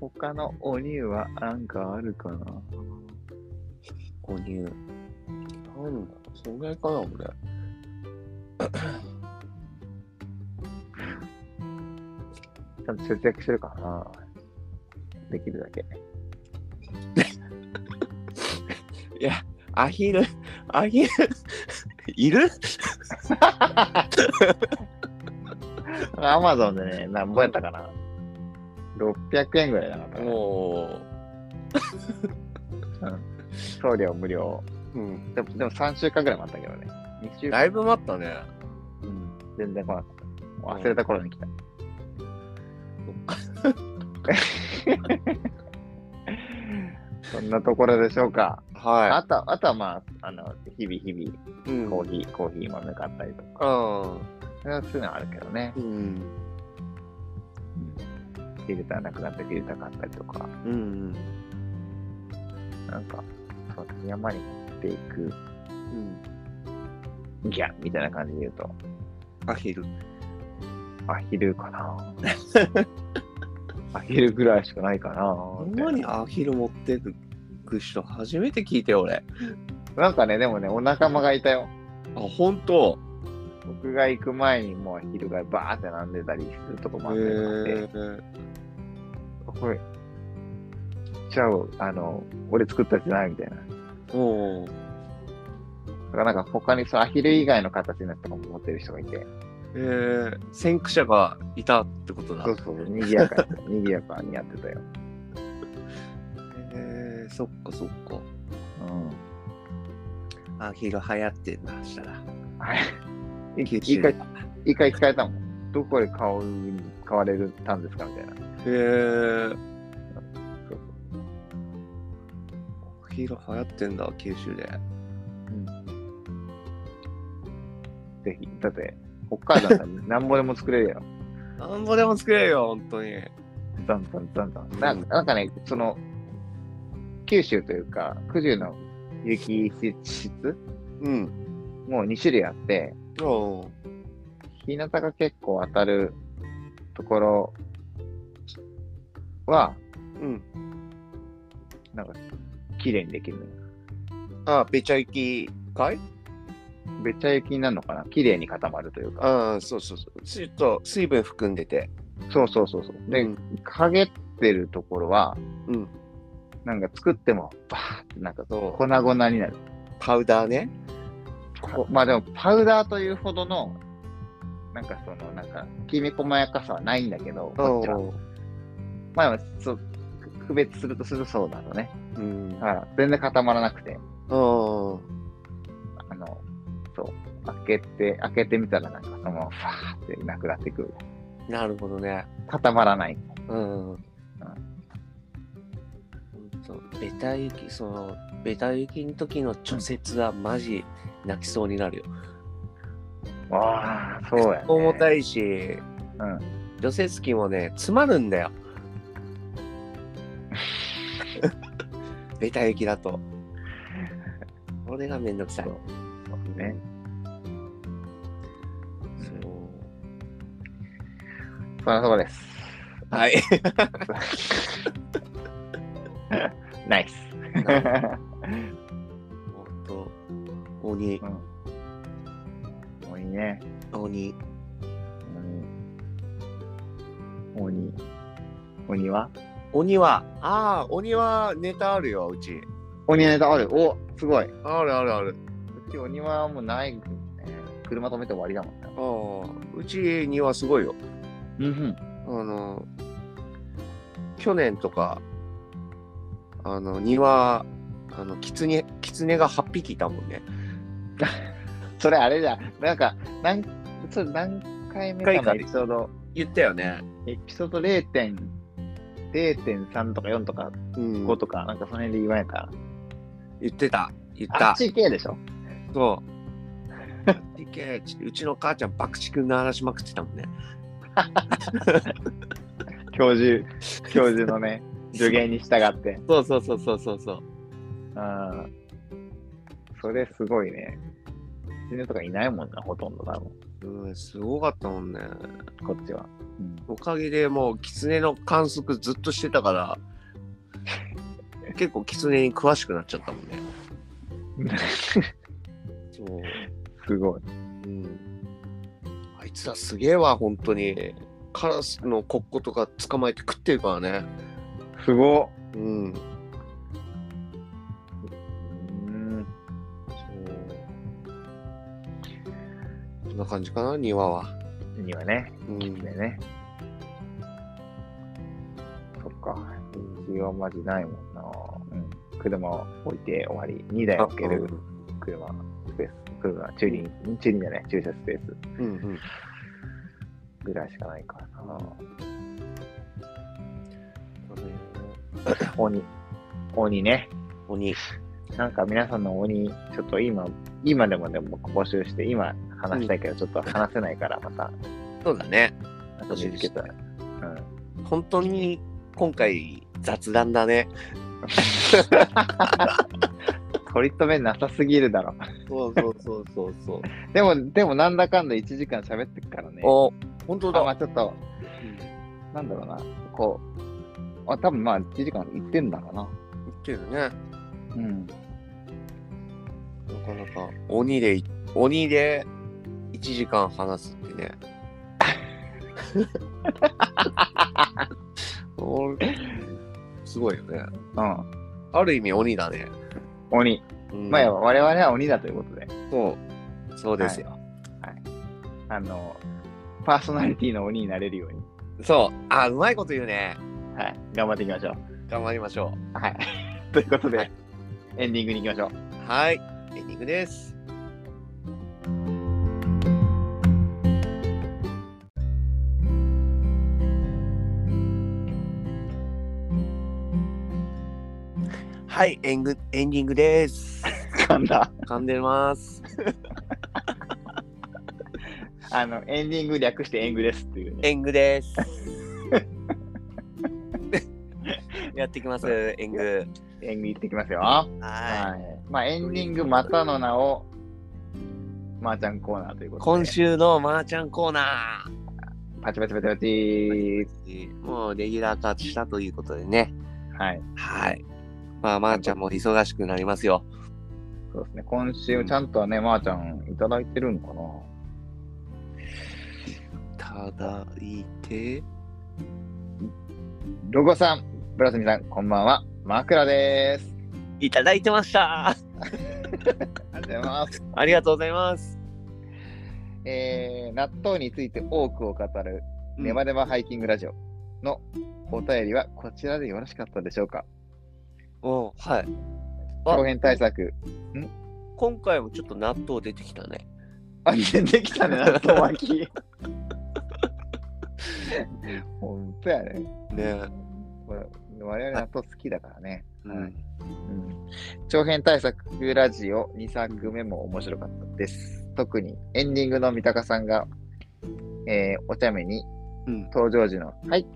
A: 他のお乳はなんかあるかな
B: 購入。なんだそんぐらいかな、俺。
A: ちゃんと節約してるかなできるだけ。
B: いや、アヒル、アヒル、いる
A: アマゾンでね、なんぼやったかな ?600 円ぐらいだなかったかな
B: も
A: 送料無料。
B: う、うん、
A: でもでも3週間ぐらい待ったけどね。2週間、
B: だいぶ待ったね。
A: うん、全然来なかった。もう忘れた頃に来た。そんなところでしょうか。あ
B: は
A: とはあとはまあ、あの日々日々
B: い。うん
A: コーヒー、コーヒー豆買ったりとか、そういうのはあるけどね。
B: うん。
A: うん、フィルターなくなってフィルター買ったりとか、
B: うん。
A: なんか、そう山に持っていく
B: うん。
A: ギャみたいな感じで言うと、
B: アヒル。
A: アヒル かなアヒルぐらいしかないかな
B: ほんまにアヒル持ってく人初めて聞いて俺。
A: なんかね、でもね、お仲間がいたよ。
B: あ、ほんと
A: 僕が行く前にもうアヒルがバーって並んでたりするとこもあったりとかして、
B: ー
A: これ、じゃあ、あの、俺作ったやつじゃないみたいな。
B: おー
A: だからなんか他にそうアヒル以外の形のやつとかも持ってる人がいて、
B: えー、先駆者がいたってことだ
A: そ。うそう、賑やか に、賑やかにやってたよ。
B: えー、そっかそっか。
A: うん。
B: アヒル流行ってんな、したら。
A: い
B: 九
A: 一
B: 州
A: 回、一回聞かれたもん。どこで買う、買われたんですかみたいな。
B: へえー。
A: そう
B: アヒル流行ってんだ、九州で。
A: そう。ぜひ。だって、北海道だったらなんぼでも作れるよ。
B: なんぼでも作れるよ、本当に。
A: ザンザンザンザン。なんかなんかね、その、九州というか、九州の雪質
B: うん。
A: もう2種類あって、
B: おう
A: 日向が結構当たるところは、
B: うん。
A: なんか、綺麗にできるのよ。
B: あ、べちゃ行きかい
A: べちゃ雪になるのかな綺麗に固まるというか。
B: あそうそうそう。ちょっと水分含んでて。
A: そうそうそうそう。で、
B: うん
A: 陰ってるところは、
B: うん
A: なんか作っても、バーってなんか
B: そう
A: 粉々になる。
B: パウダーね。
A: ここまあでも、パウダーというほどの、なんかその、なんか、きめ細やかさはないんだけど、こっちは。
B: う
A: まあ、そう、区別するとするとそうなのね。
B: うん
A: だ。から、全然固まらなくて、
B: うん。
A: あの、そう、開けて、開けてみたらなんか、そのまま、ファーってなくなってくる。
B: なるほどね。
A: 固まらない。
B: うん。そうベタ雪、その、ベタ雪の時の除雪はマジ泣きそうになるよ。
A: ああ、そうや、ね。
B: 重たいし、
A: うん
B: 除雪機もね、詰まるんだ よ。ベタ雪だと。これがめんどくさい。
A: そうね。
B: そう
A: そんなとこです。
B: はい。
A: ナイス。
B: ほんと、鬼、
A: うん鬼ね。
B: 鬼、
A: 鬼。鬼。鬼は
B: 鬼は、ああ、鬼はネタあるよ、うち。
A: 鬼ネタある。おすごい。う
B: あるあるある。
A: ち鬼はもうない、ね。車止めて終わりだもんな。
B: ああ、うちにはすごいよ。
A: うん
B: あの、去年とか、あの、庭、あの、狐、狐が8匹いたもんね。
A: それあれだ。なんか、なんそれ何回目か
B: 何回か
A: の
B: で
A: エピソード、
B: 言ったよね。
A: エピソード0点0.3とか4とか
B: うん。
A: 5とか、なんかその辺で言われた。
B: 言ってた。言っ
A: あ
B: た
A: っ。ち系でしょ
B: そやっていけっつってうちの母ちゃん爆竹鳴らしまくってたもんね。
A: 教授、教授の ね、助言に従って。
B: そうそうそうそうそうそう。
A: うん。それすごいね。死ぬとかいないもんな、ほとんどだもん。
B: うん、すごかったもんね。
A: こっちは。うん
B: おかげでもう、狐の観測ずっとしてたから、結構狐に詳しくなっちゃったもんね。 そう。
A: すごい。
B: うん。あいつらすげえわ、本当に。カラスのコッコとか捕まえて食ってるからね。
A: すご
B: う
A: っ
B: ん。そう
A: うん。。
B: こんな感じかな、庭は。
A: にはね、
B: うん。
A: でね。そっか。うちはマジないもんな。うん。車を置いて終わり。2台
B: あ
A: 置ける車、スペース、車、駐輪、駐輪じゃない、駐車スペース
B: うんうん。
A: ぐらいしかないからな。鬼。鬼ね。
B: 鬼。
A: なんか皆さんの鬼、ちょっと今、今でもでも募集して、今話したいけど、ちょっと話せないから、また、
B: そうだね。
A: なんか見つけたら。
B: 本当に今回雑談だね。
A: うん。取り留めなさすぎるだろ。
B: そうそうそうそうそう。
A: でも、でもなんだかんだ1時間喋ってっからね。
B: お、本当
A: あまあ
B: だ。
A: ちょっと、なんだろうな、こう、あ多分まあ1時間いってんだろうな。
B: 言ってるね。なか
A: うん。
B: なか鬼で鬼で1時間話すってね。 俺すごいよね。
A: うん。
B: ある意味鬼だね。
A: 鬼。
B: うん
A: まあ、我々は鬼だということで。
B: そうそうですよ。
A: あの、パーソナリティの鬼になれるように、
B: そう。あ、うまいこと言うね。
A: はい、頑張っていきましょう。
B: 頑張りましょ
A: はい。 ということで、
B: はい
A: エンディングに行きましょう。
B: う。はい。エンディングです。はい、エングエンディングです。
A: 噛んだ。
B: 噛んでます。
A: あの、エンディング略してエングですっていうね。
B: エングです。やってきます、エング。
A: エング行ってきますよ。は。
B: はい
A: まあ、エンディングまたの名を、まー、ちゃんコーナーというこ
B: い。
A: とで。
B: 今。週のマーチャンコーナー。
A: パチパチパチパチ。
B: もうレギュラー化したということでね。
A: はい。
B: はい。まあ、まー、ちゃんも忙しくなりますよ。
A: そうですね。今週、ちゃんとはね、まー、ちゃんいただいてるんかな。
B: いただいて。
A: ロゴさん、ブラスミさん、こんばんは。枕です。
B: いただいてました。
A: ありがとうございます。
B: ありがとうございます。
A: えー、納豆について多くを語る、ネバネバハイキングラジオのお便りはこちらでよろしかったでしょうか。
B: うん、はい。あ
A: 長編対策。
B: 今回もちょっと納豆出てきたね。
A: あ、出てきたね、納豆巻き。ほんとやね。
B: ね。
A: これ我々納豆好きだからね。
B: うん。
A: 長編対策ラジオ2作目も面白かったです。特にエンディングの三鷹さんが、えーお茶目に
B: うん。
A: 登場時の「はい」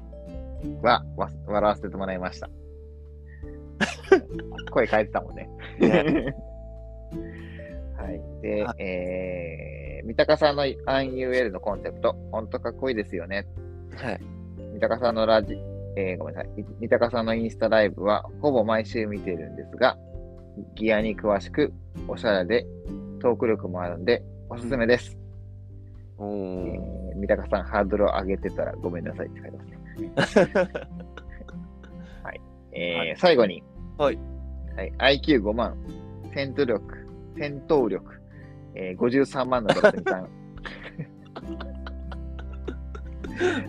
A: はわ笑わせてもらいました。 声変えてたもんね。
B: ね
A: はい。で
B: は、
A: えー、三鷹さんの IUL のコンセプト、ほんとかっこいいですよね。
B: はい。
A: 三鷹さんのラジ、えー、ごめんなさい。い三鷹さんのインスタライブはほぼ毎週見てるんですが、ギアに詳しく、おしゃれで、トーク力もあるんで、おすすめです。
B: う
A: え
B: ん。
A: ー三鷹さんハードルを上げてたらごめんなさいって書いてますね。 はい。えー
B: はい
A: 最後に、
B: はい。
A: はい、IQ5 万、戦闘力、戦闘力、えー、53万のドラスミさん。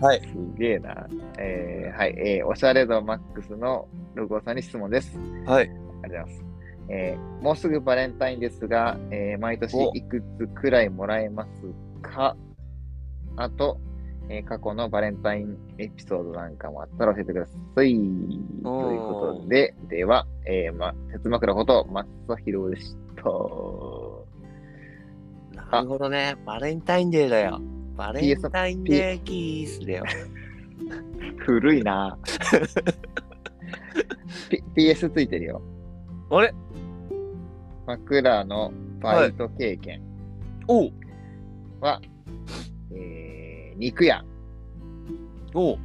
B: はい
A: すげえな。えーはい、えーおしゃれ度マックスのロゴさんに質問です。
B: はい。
A: ありがとうございます。えーもうすぐバレンタインですが、えー毎年
B: お
A: いくつくらいもらえますかあと、えー過去のバレンタインエピソードなんかもあったら教えてください。ということで、では、えー、ま、鉄枕こと松田博でした。
B: ななるほどね。バレンタインデーだよ。バレンタインデーキースだよ。
A: 古いな P- PS ついてるよ。
B: あれ
A: 枕のバイト経験
B: おう
A: は、えー肉屋、
B: おう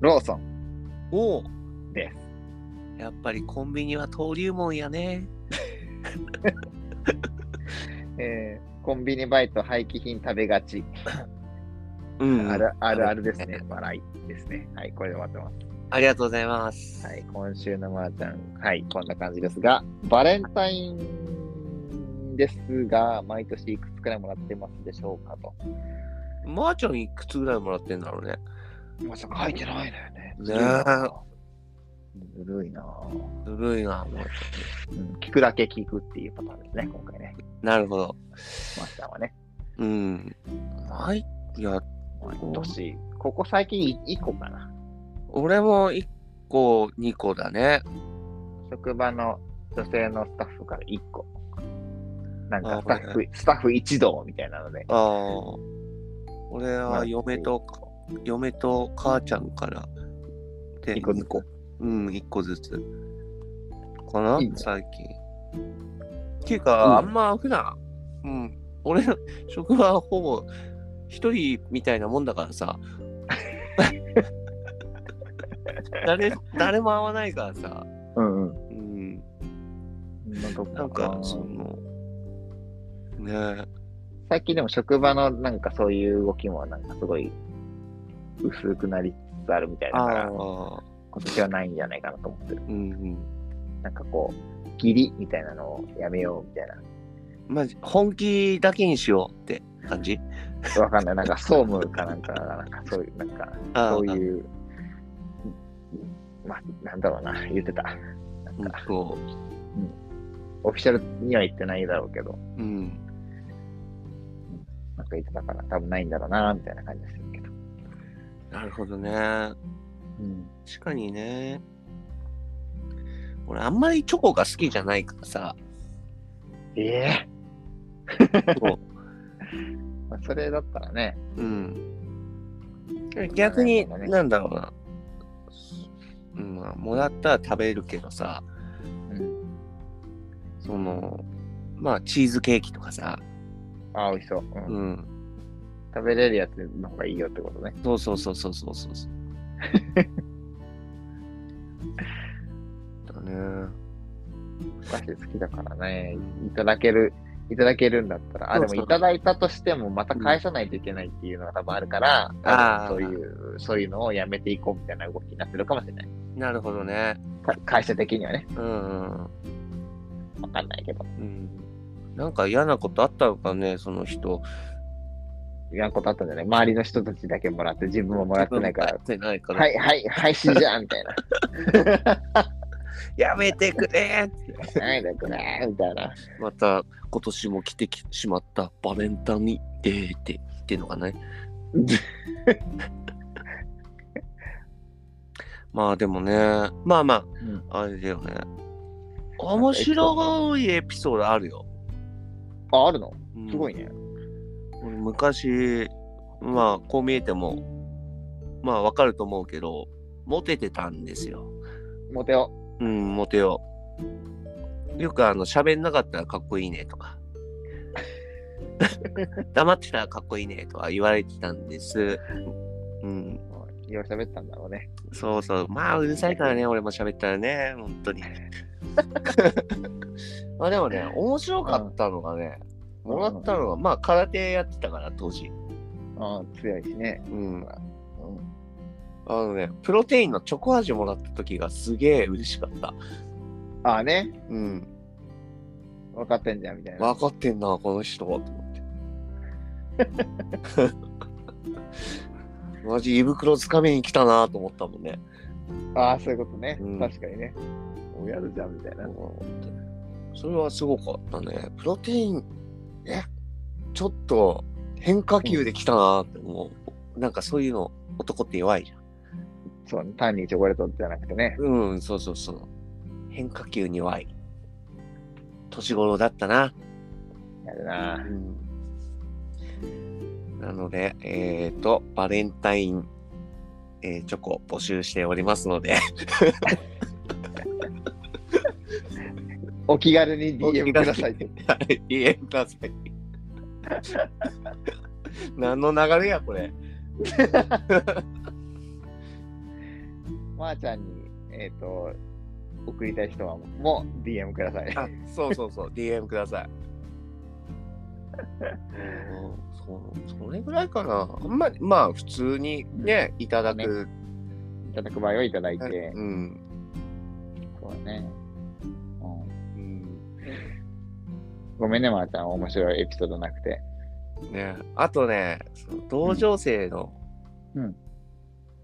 A: ローソン
B: おう
A: です。
B: やっぱりコンビニは登竜門やね。
A: えーコンビニバイト廃棄品食べがち。
B: うん
A: あるあるあるです
B: あ
A: ね
B: る。
A: 笑いですね。はい、これで終わってます。
B: ありがとうございます。
A: はい、今週のマーちゃん、はい、こんな感じですが、バレンタインですが、毎年いくつくらいもらってますでしょうかと。
B: まー、ちゃんいくつぐらいもらってんだろうね。
A: まさか書いてないのよ
B: ね
A: ね。ずるいなぁ。
B: ずるいな、もう
A: うん聞くだけ聞くっていうパターンですね、今回ね。
B: なるほど。
A: マスターはね。
B: うん。はい。いや、
A: 毎年、ここ最近1個かな。
B: 俺も1個、2個だね。
A: 職場の女性のスタッフから1個。なん
B: あ
A: かスタッフ、スタッフ一同みたいなので。
B: ああ。俺は嫁と、嫁と母ちゃんから。で
A: 一個ずつ
B: 二うん、1個ずつ。かない
A: いね
B: 最近。っていうか、
A: うん
B: あんま普段、うん。俺の職場はほぼ一人みたいなもんだから さ。誰誰も会わないからさ。
A: うんうん。
B: うん。
A: のとこ
B: なんか、その、ねえ。
A: 最近でも職場のなんかそういう動きもなんかすごい薄くなりつつあるみたいだから、今
B: ああ。
A: 年はないんじゃないかなと思ってる。
B: うんうん。
A: なんかこう、義理みたいなのをやめようみたいな。
B: マジ本気だけにしようって感じ
A: わかんない。なんか総務かなんか、なんかそういう、なんか、
B: あ
A: そう
B: う
A: いう、まあ、なんだろうな、言ってた。なん
B: ん
A: か、
B: そ
A: オフィシャルには言ってないだろうけど、
B: ううん
A: なんか言ってたから、多分ないんだろうな、みたいな感じでするけど。
B: なるほどね
A: うん。
B: 確かにね俺あんまりチョコが好きじゃないから さ
A: ええ
B: そ
A: まあ、それだったらね、
B: ううん逆になんだろうな、うんまあ、もらったら食べるけどさ
A: うん。
B: そのまあチーズケーキとかさ
A: ああ、美味しそう、うん
B: うん
A: 食べれるやつの方がいいよってことね。
B: そうそうそうそうそうそうそう だね
A: お菓子好きだからね、いただける、いただけるんだったら、あ、
B: そう
A: で
B: そう
A: もいただいたとしても、また返さないといけないっていうのが多分あるから、
B: あー
A: 多分そういう、そういうのをやめていこうみたいな動きになってるかもしれない。
B: なるほどね
A: か会社的にはね、
B: うんうん
A: わかんないけど。
B: うんなんか嫌なことあったのかね、その人。
A: いらんことあったんじゃない周りの人たちだけもらって、自分ももらってないか
B: 自
A: ら
B: 分ももっ、てないから
A: はいはい、配信じゃんみたいな。
B: やめてくれって
A: はい、だくねみたいな。
B: また今年も来てきしまったバレンタインデーって言ってんのか ね。まあでもね、まあま
A: うん
B: あ、あれだよね。面白いエピソードあるよ。
A: あ、あるの
B: うん
A: すごいね。
B: 俺昔まあこう見えてもまあわかると思うけどモテてたんですよ
A: モテオ。
B: うんモテようよくあの喋んなかったらかっこいいねとか 黙ってたらかっこいいねとか言われてたんですうん
A: いろいろ喋ったんだろうね。
B: そうそうまあうるさいからね俺も喋ったらね本当に まあでもね面白かったのがね、
A: うん
B: もらったのがまあ空手やってたから当時
A: ああ、強いしね。
B: うん
A: うん
B: あのね、プロテインのチョコ味もらった時がすげえ嬉しかった。
A: ああね、
B: うん。
A: 分かってんじゃんみたいな。
B: 分かってんな、この人 は、と思って。マジ胃袋つかみに来たなと思ったもんね。
A: ああ、そういうことね。
B: うん
A: 確かにね。おやるじゃんみたいな。
B: それはすごかったね。プロテイン、えちょっと変化球で来たなって思う。なんかそういうの、男って弱いじゃん。
A: そうね、単にチョコレートじゃなくてね。
B: うん、そうそうそう。変化球に弱い。年頃だったな。
A: やるな。
B: うんなので、えっ、と、バレンタイン、えーチョコ募集しておりますので、
A: お気軽に
B: お気軽
A: DM
B: に
A: くださいって。
B: はい、DM ください。 何の流れや、これ。
A: まー、ちゃんに、えっ、と、送りたい人はもう DM ください。
B: あ、そうそうそう、DM ください。うんそうそれぐらいかな。あんまり、まあ、普通にね、いただく。
A: いただく場合はいただいて。
B: うん。
A: そうだね。う
B: う
A: ん、
B: ん
A: ごめんね、まー、ちゃん。面白いエピソードなくて。
B: ね、あとね、その同情生の、
A: うん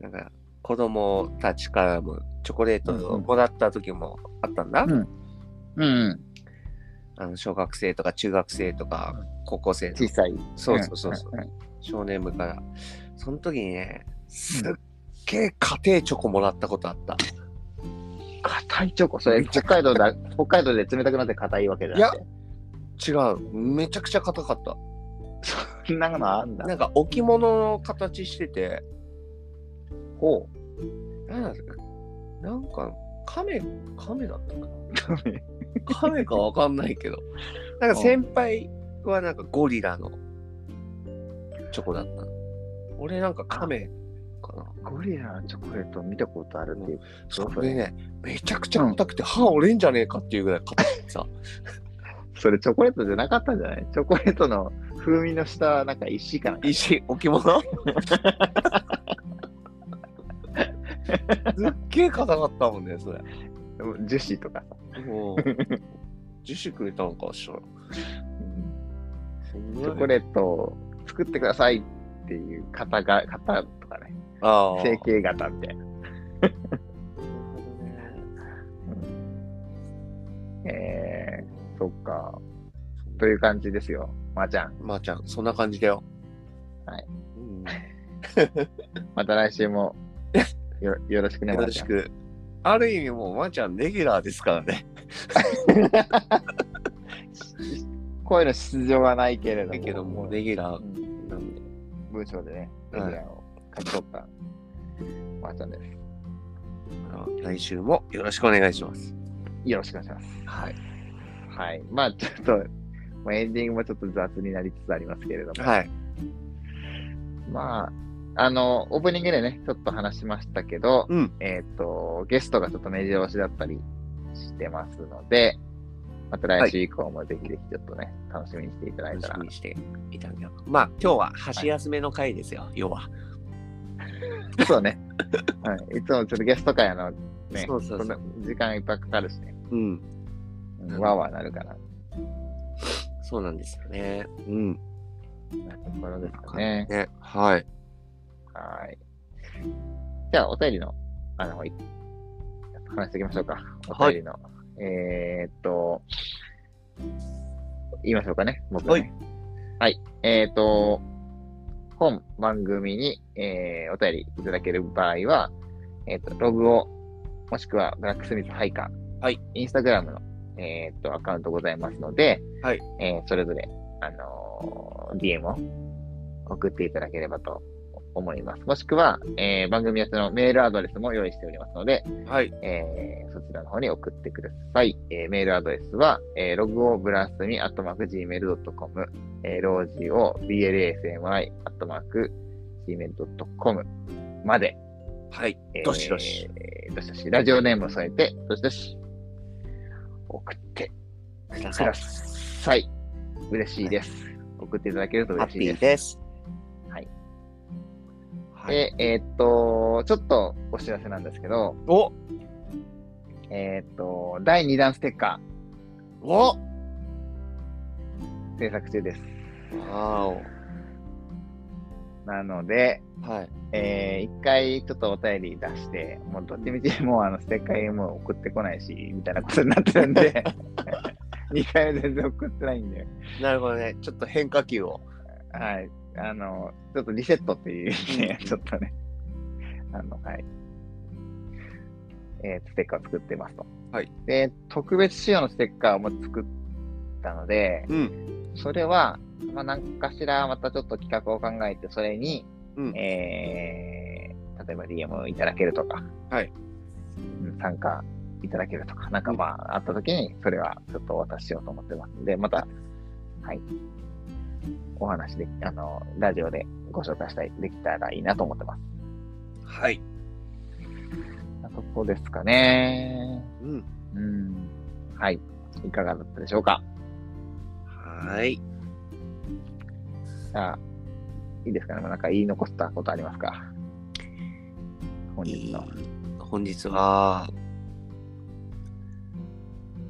B: なんか、子供たちからもチョコレートをもらった時もあったんだ。
A: うんうん、うん。
B: あの小学生とか中学生とか
A: う
B: 高校生の
A: 小さい。
B: そうそうそうそう、
A: んんん
B: 少年部から。その時にね、すっげえ家庭チョコもらったことあった。
A: 硬いチョコ、それ北海道だ、北海道で冷たくなって硬いわけじゃなくて。
B: 違う、めちゃくちゃ硬かった。
A: そんなのあんだ。
B: なんか置物の形してて、
A: ほ
B: なんだっけなんか亀、亀だったかな
A: う。
B: 亀かわかんないけど。なんか先輩はなんかゴリラのチョコだったの。俺なんか亀かな。
A: ゴリラのチョコレート見たことあるっていう。
B: それね、めちゃくちゃ硬くて歯折れんじゃねえかっていうぐらい硬くてさ。
A: それチョコレートじゃなかったんじゃないチョコレートの風味の下はなんか石かなんか。
B: 石置物すっげえ硬かったもんねそれ
A: 樹脂とかさ。
B: もう樹脂くれたのかしら
A: チョコ
B: ー
A: レートを作ってくださいっていう型が、型とかね。
B: トああ
A: 成形型みたいな。えー、そっか。という感じですよ。まー、ちゃん。
B: まあちゃんそんな感じだよ
A: はい、
B: うん
A: また来週もよよろしくね、
B: よ
A: まー
B: ろ
A: ち
B: し
A: ゃん。
B: くある意味もうまあちゃんレギュラーですから ね
A: 声の出場はないけれど
B: だ
A: も。
B: けどもレギュラ
A: う
B: ー
A: ん
B: なんで
A: 文章でね、レ
B: はい
A: ギュラーを勝ち取った、まーちゃんです。
B: あの来週もよろしくお願いします
A: よろしくお願いします。
B: はい
A: はい。まあ、ちょっと、もうエンディングもちょっと雑になりつつありますけれども、
B: はい
A: まあ、あの、オープニングでね、ちょっと話しましたけど、
B: うん
A: えっ、と、ゲストがちょっと目白押しだったりしてますので、また来週以降もぜひぜひちょっとね、楽しみにしていただい
B: 楽
A: た
B: し
A: ら
B: み、にしていただければまあ今日は箸休めの回ですよ、要は
A: そうね、はい。いつもちょっとゲスト会あの、ね、
B: そうそうそう
A: こんな時間いっぱいかかるしね、
B: うん
A: うん
B: うん
A: わーわーなるかな、
B: そうなんですよね。うん。
A: なところですかね。
B: ね、はい。
A: はい。じゃあ、お便りの、あの、い話していきましょうか。お便りの。えー、っと、言いましょうかね。僕ねはい。えー、っと、本番組に、えーお便りいただける場合は、えーっと、ログを、もしくはブラックスミスハイカー、
B: はい、
A: インスタグラムの、えーっと、アカウントございますので、
B: はい
A: えーそれぞれ、あのー DM を送っていただければと思います。もしくは、えー番組宛てのメールアドレスも用意しておりますので、
B: はい。
A: えーそちらの方に送ってください。えーメールアドレスは、えー、ログをブラスミ、アットマーク、gmail.com、えー、ロージを blasmi、アットマーク、gmail.com まで、
B: はい。
A: えー
B: どしどし。
A: どしどし、ラジオネームを添えて、どしどし、送って
B: くだ
A: くだ。さい。嬉しいです。送っていただけると
B: ハ
A: 嬉
B: ッ
A: しい
B: ピ
A: で
B: ー
A: す。
B: です。
A: はい。
B: はい。
A: で、えーっと、ちょっとお知らせなんですけど、
B: お
A: えーっと、第2弾ステッカ
B: お
A: ー制作中です。
B: わお。
A: なので、
B: はい。
A: えー一回ちょっとお便り出して、もうどっちみちもうあのステッカーもう送ってこないし、みたいなことになってる んで、2回目全然送ってないんで、
B: なるほどね。ちょっと変化球を。
A: はい、あの、ちょっとリセットっていう意味で、ちょっとね、あの、はい。えーステッカーを作ってますと。
B: はい。
A: で、特別仕様のステッカーも作ったので、
B: うん。
A: それは、まあ、何かしらまたちょっと企画を考えて、それに、
B: うん
A: えー例えば DM をいただけるとか、
B: はい
A: うん参加いただけるとか、なんかまあ、あった時に、それはちょっとお渡ししようと思ってますんで、また、はい、お話で、あの、ラジオでご紹介したい、できたらいいなと思ってます。
B: はい。
A: あそこですかね。
B: うん。
A: うん。はい。いかがだったでしょうか
B: はーい。
A: さあ、いいですかね。なんか言い残したことありますか本日の。
B: 本日は、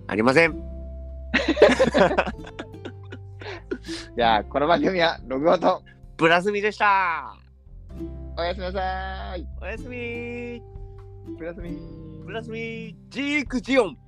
B: ありません。
A: じゃあ、この番組はログアウト。
B: ブラスミでした。
A: おやすみなさーい。
B: おやすみ
A: プラスミー
B: ブラスミジークジオン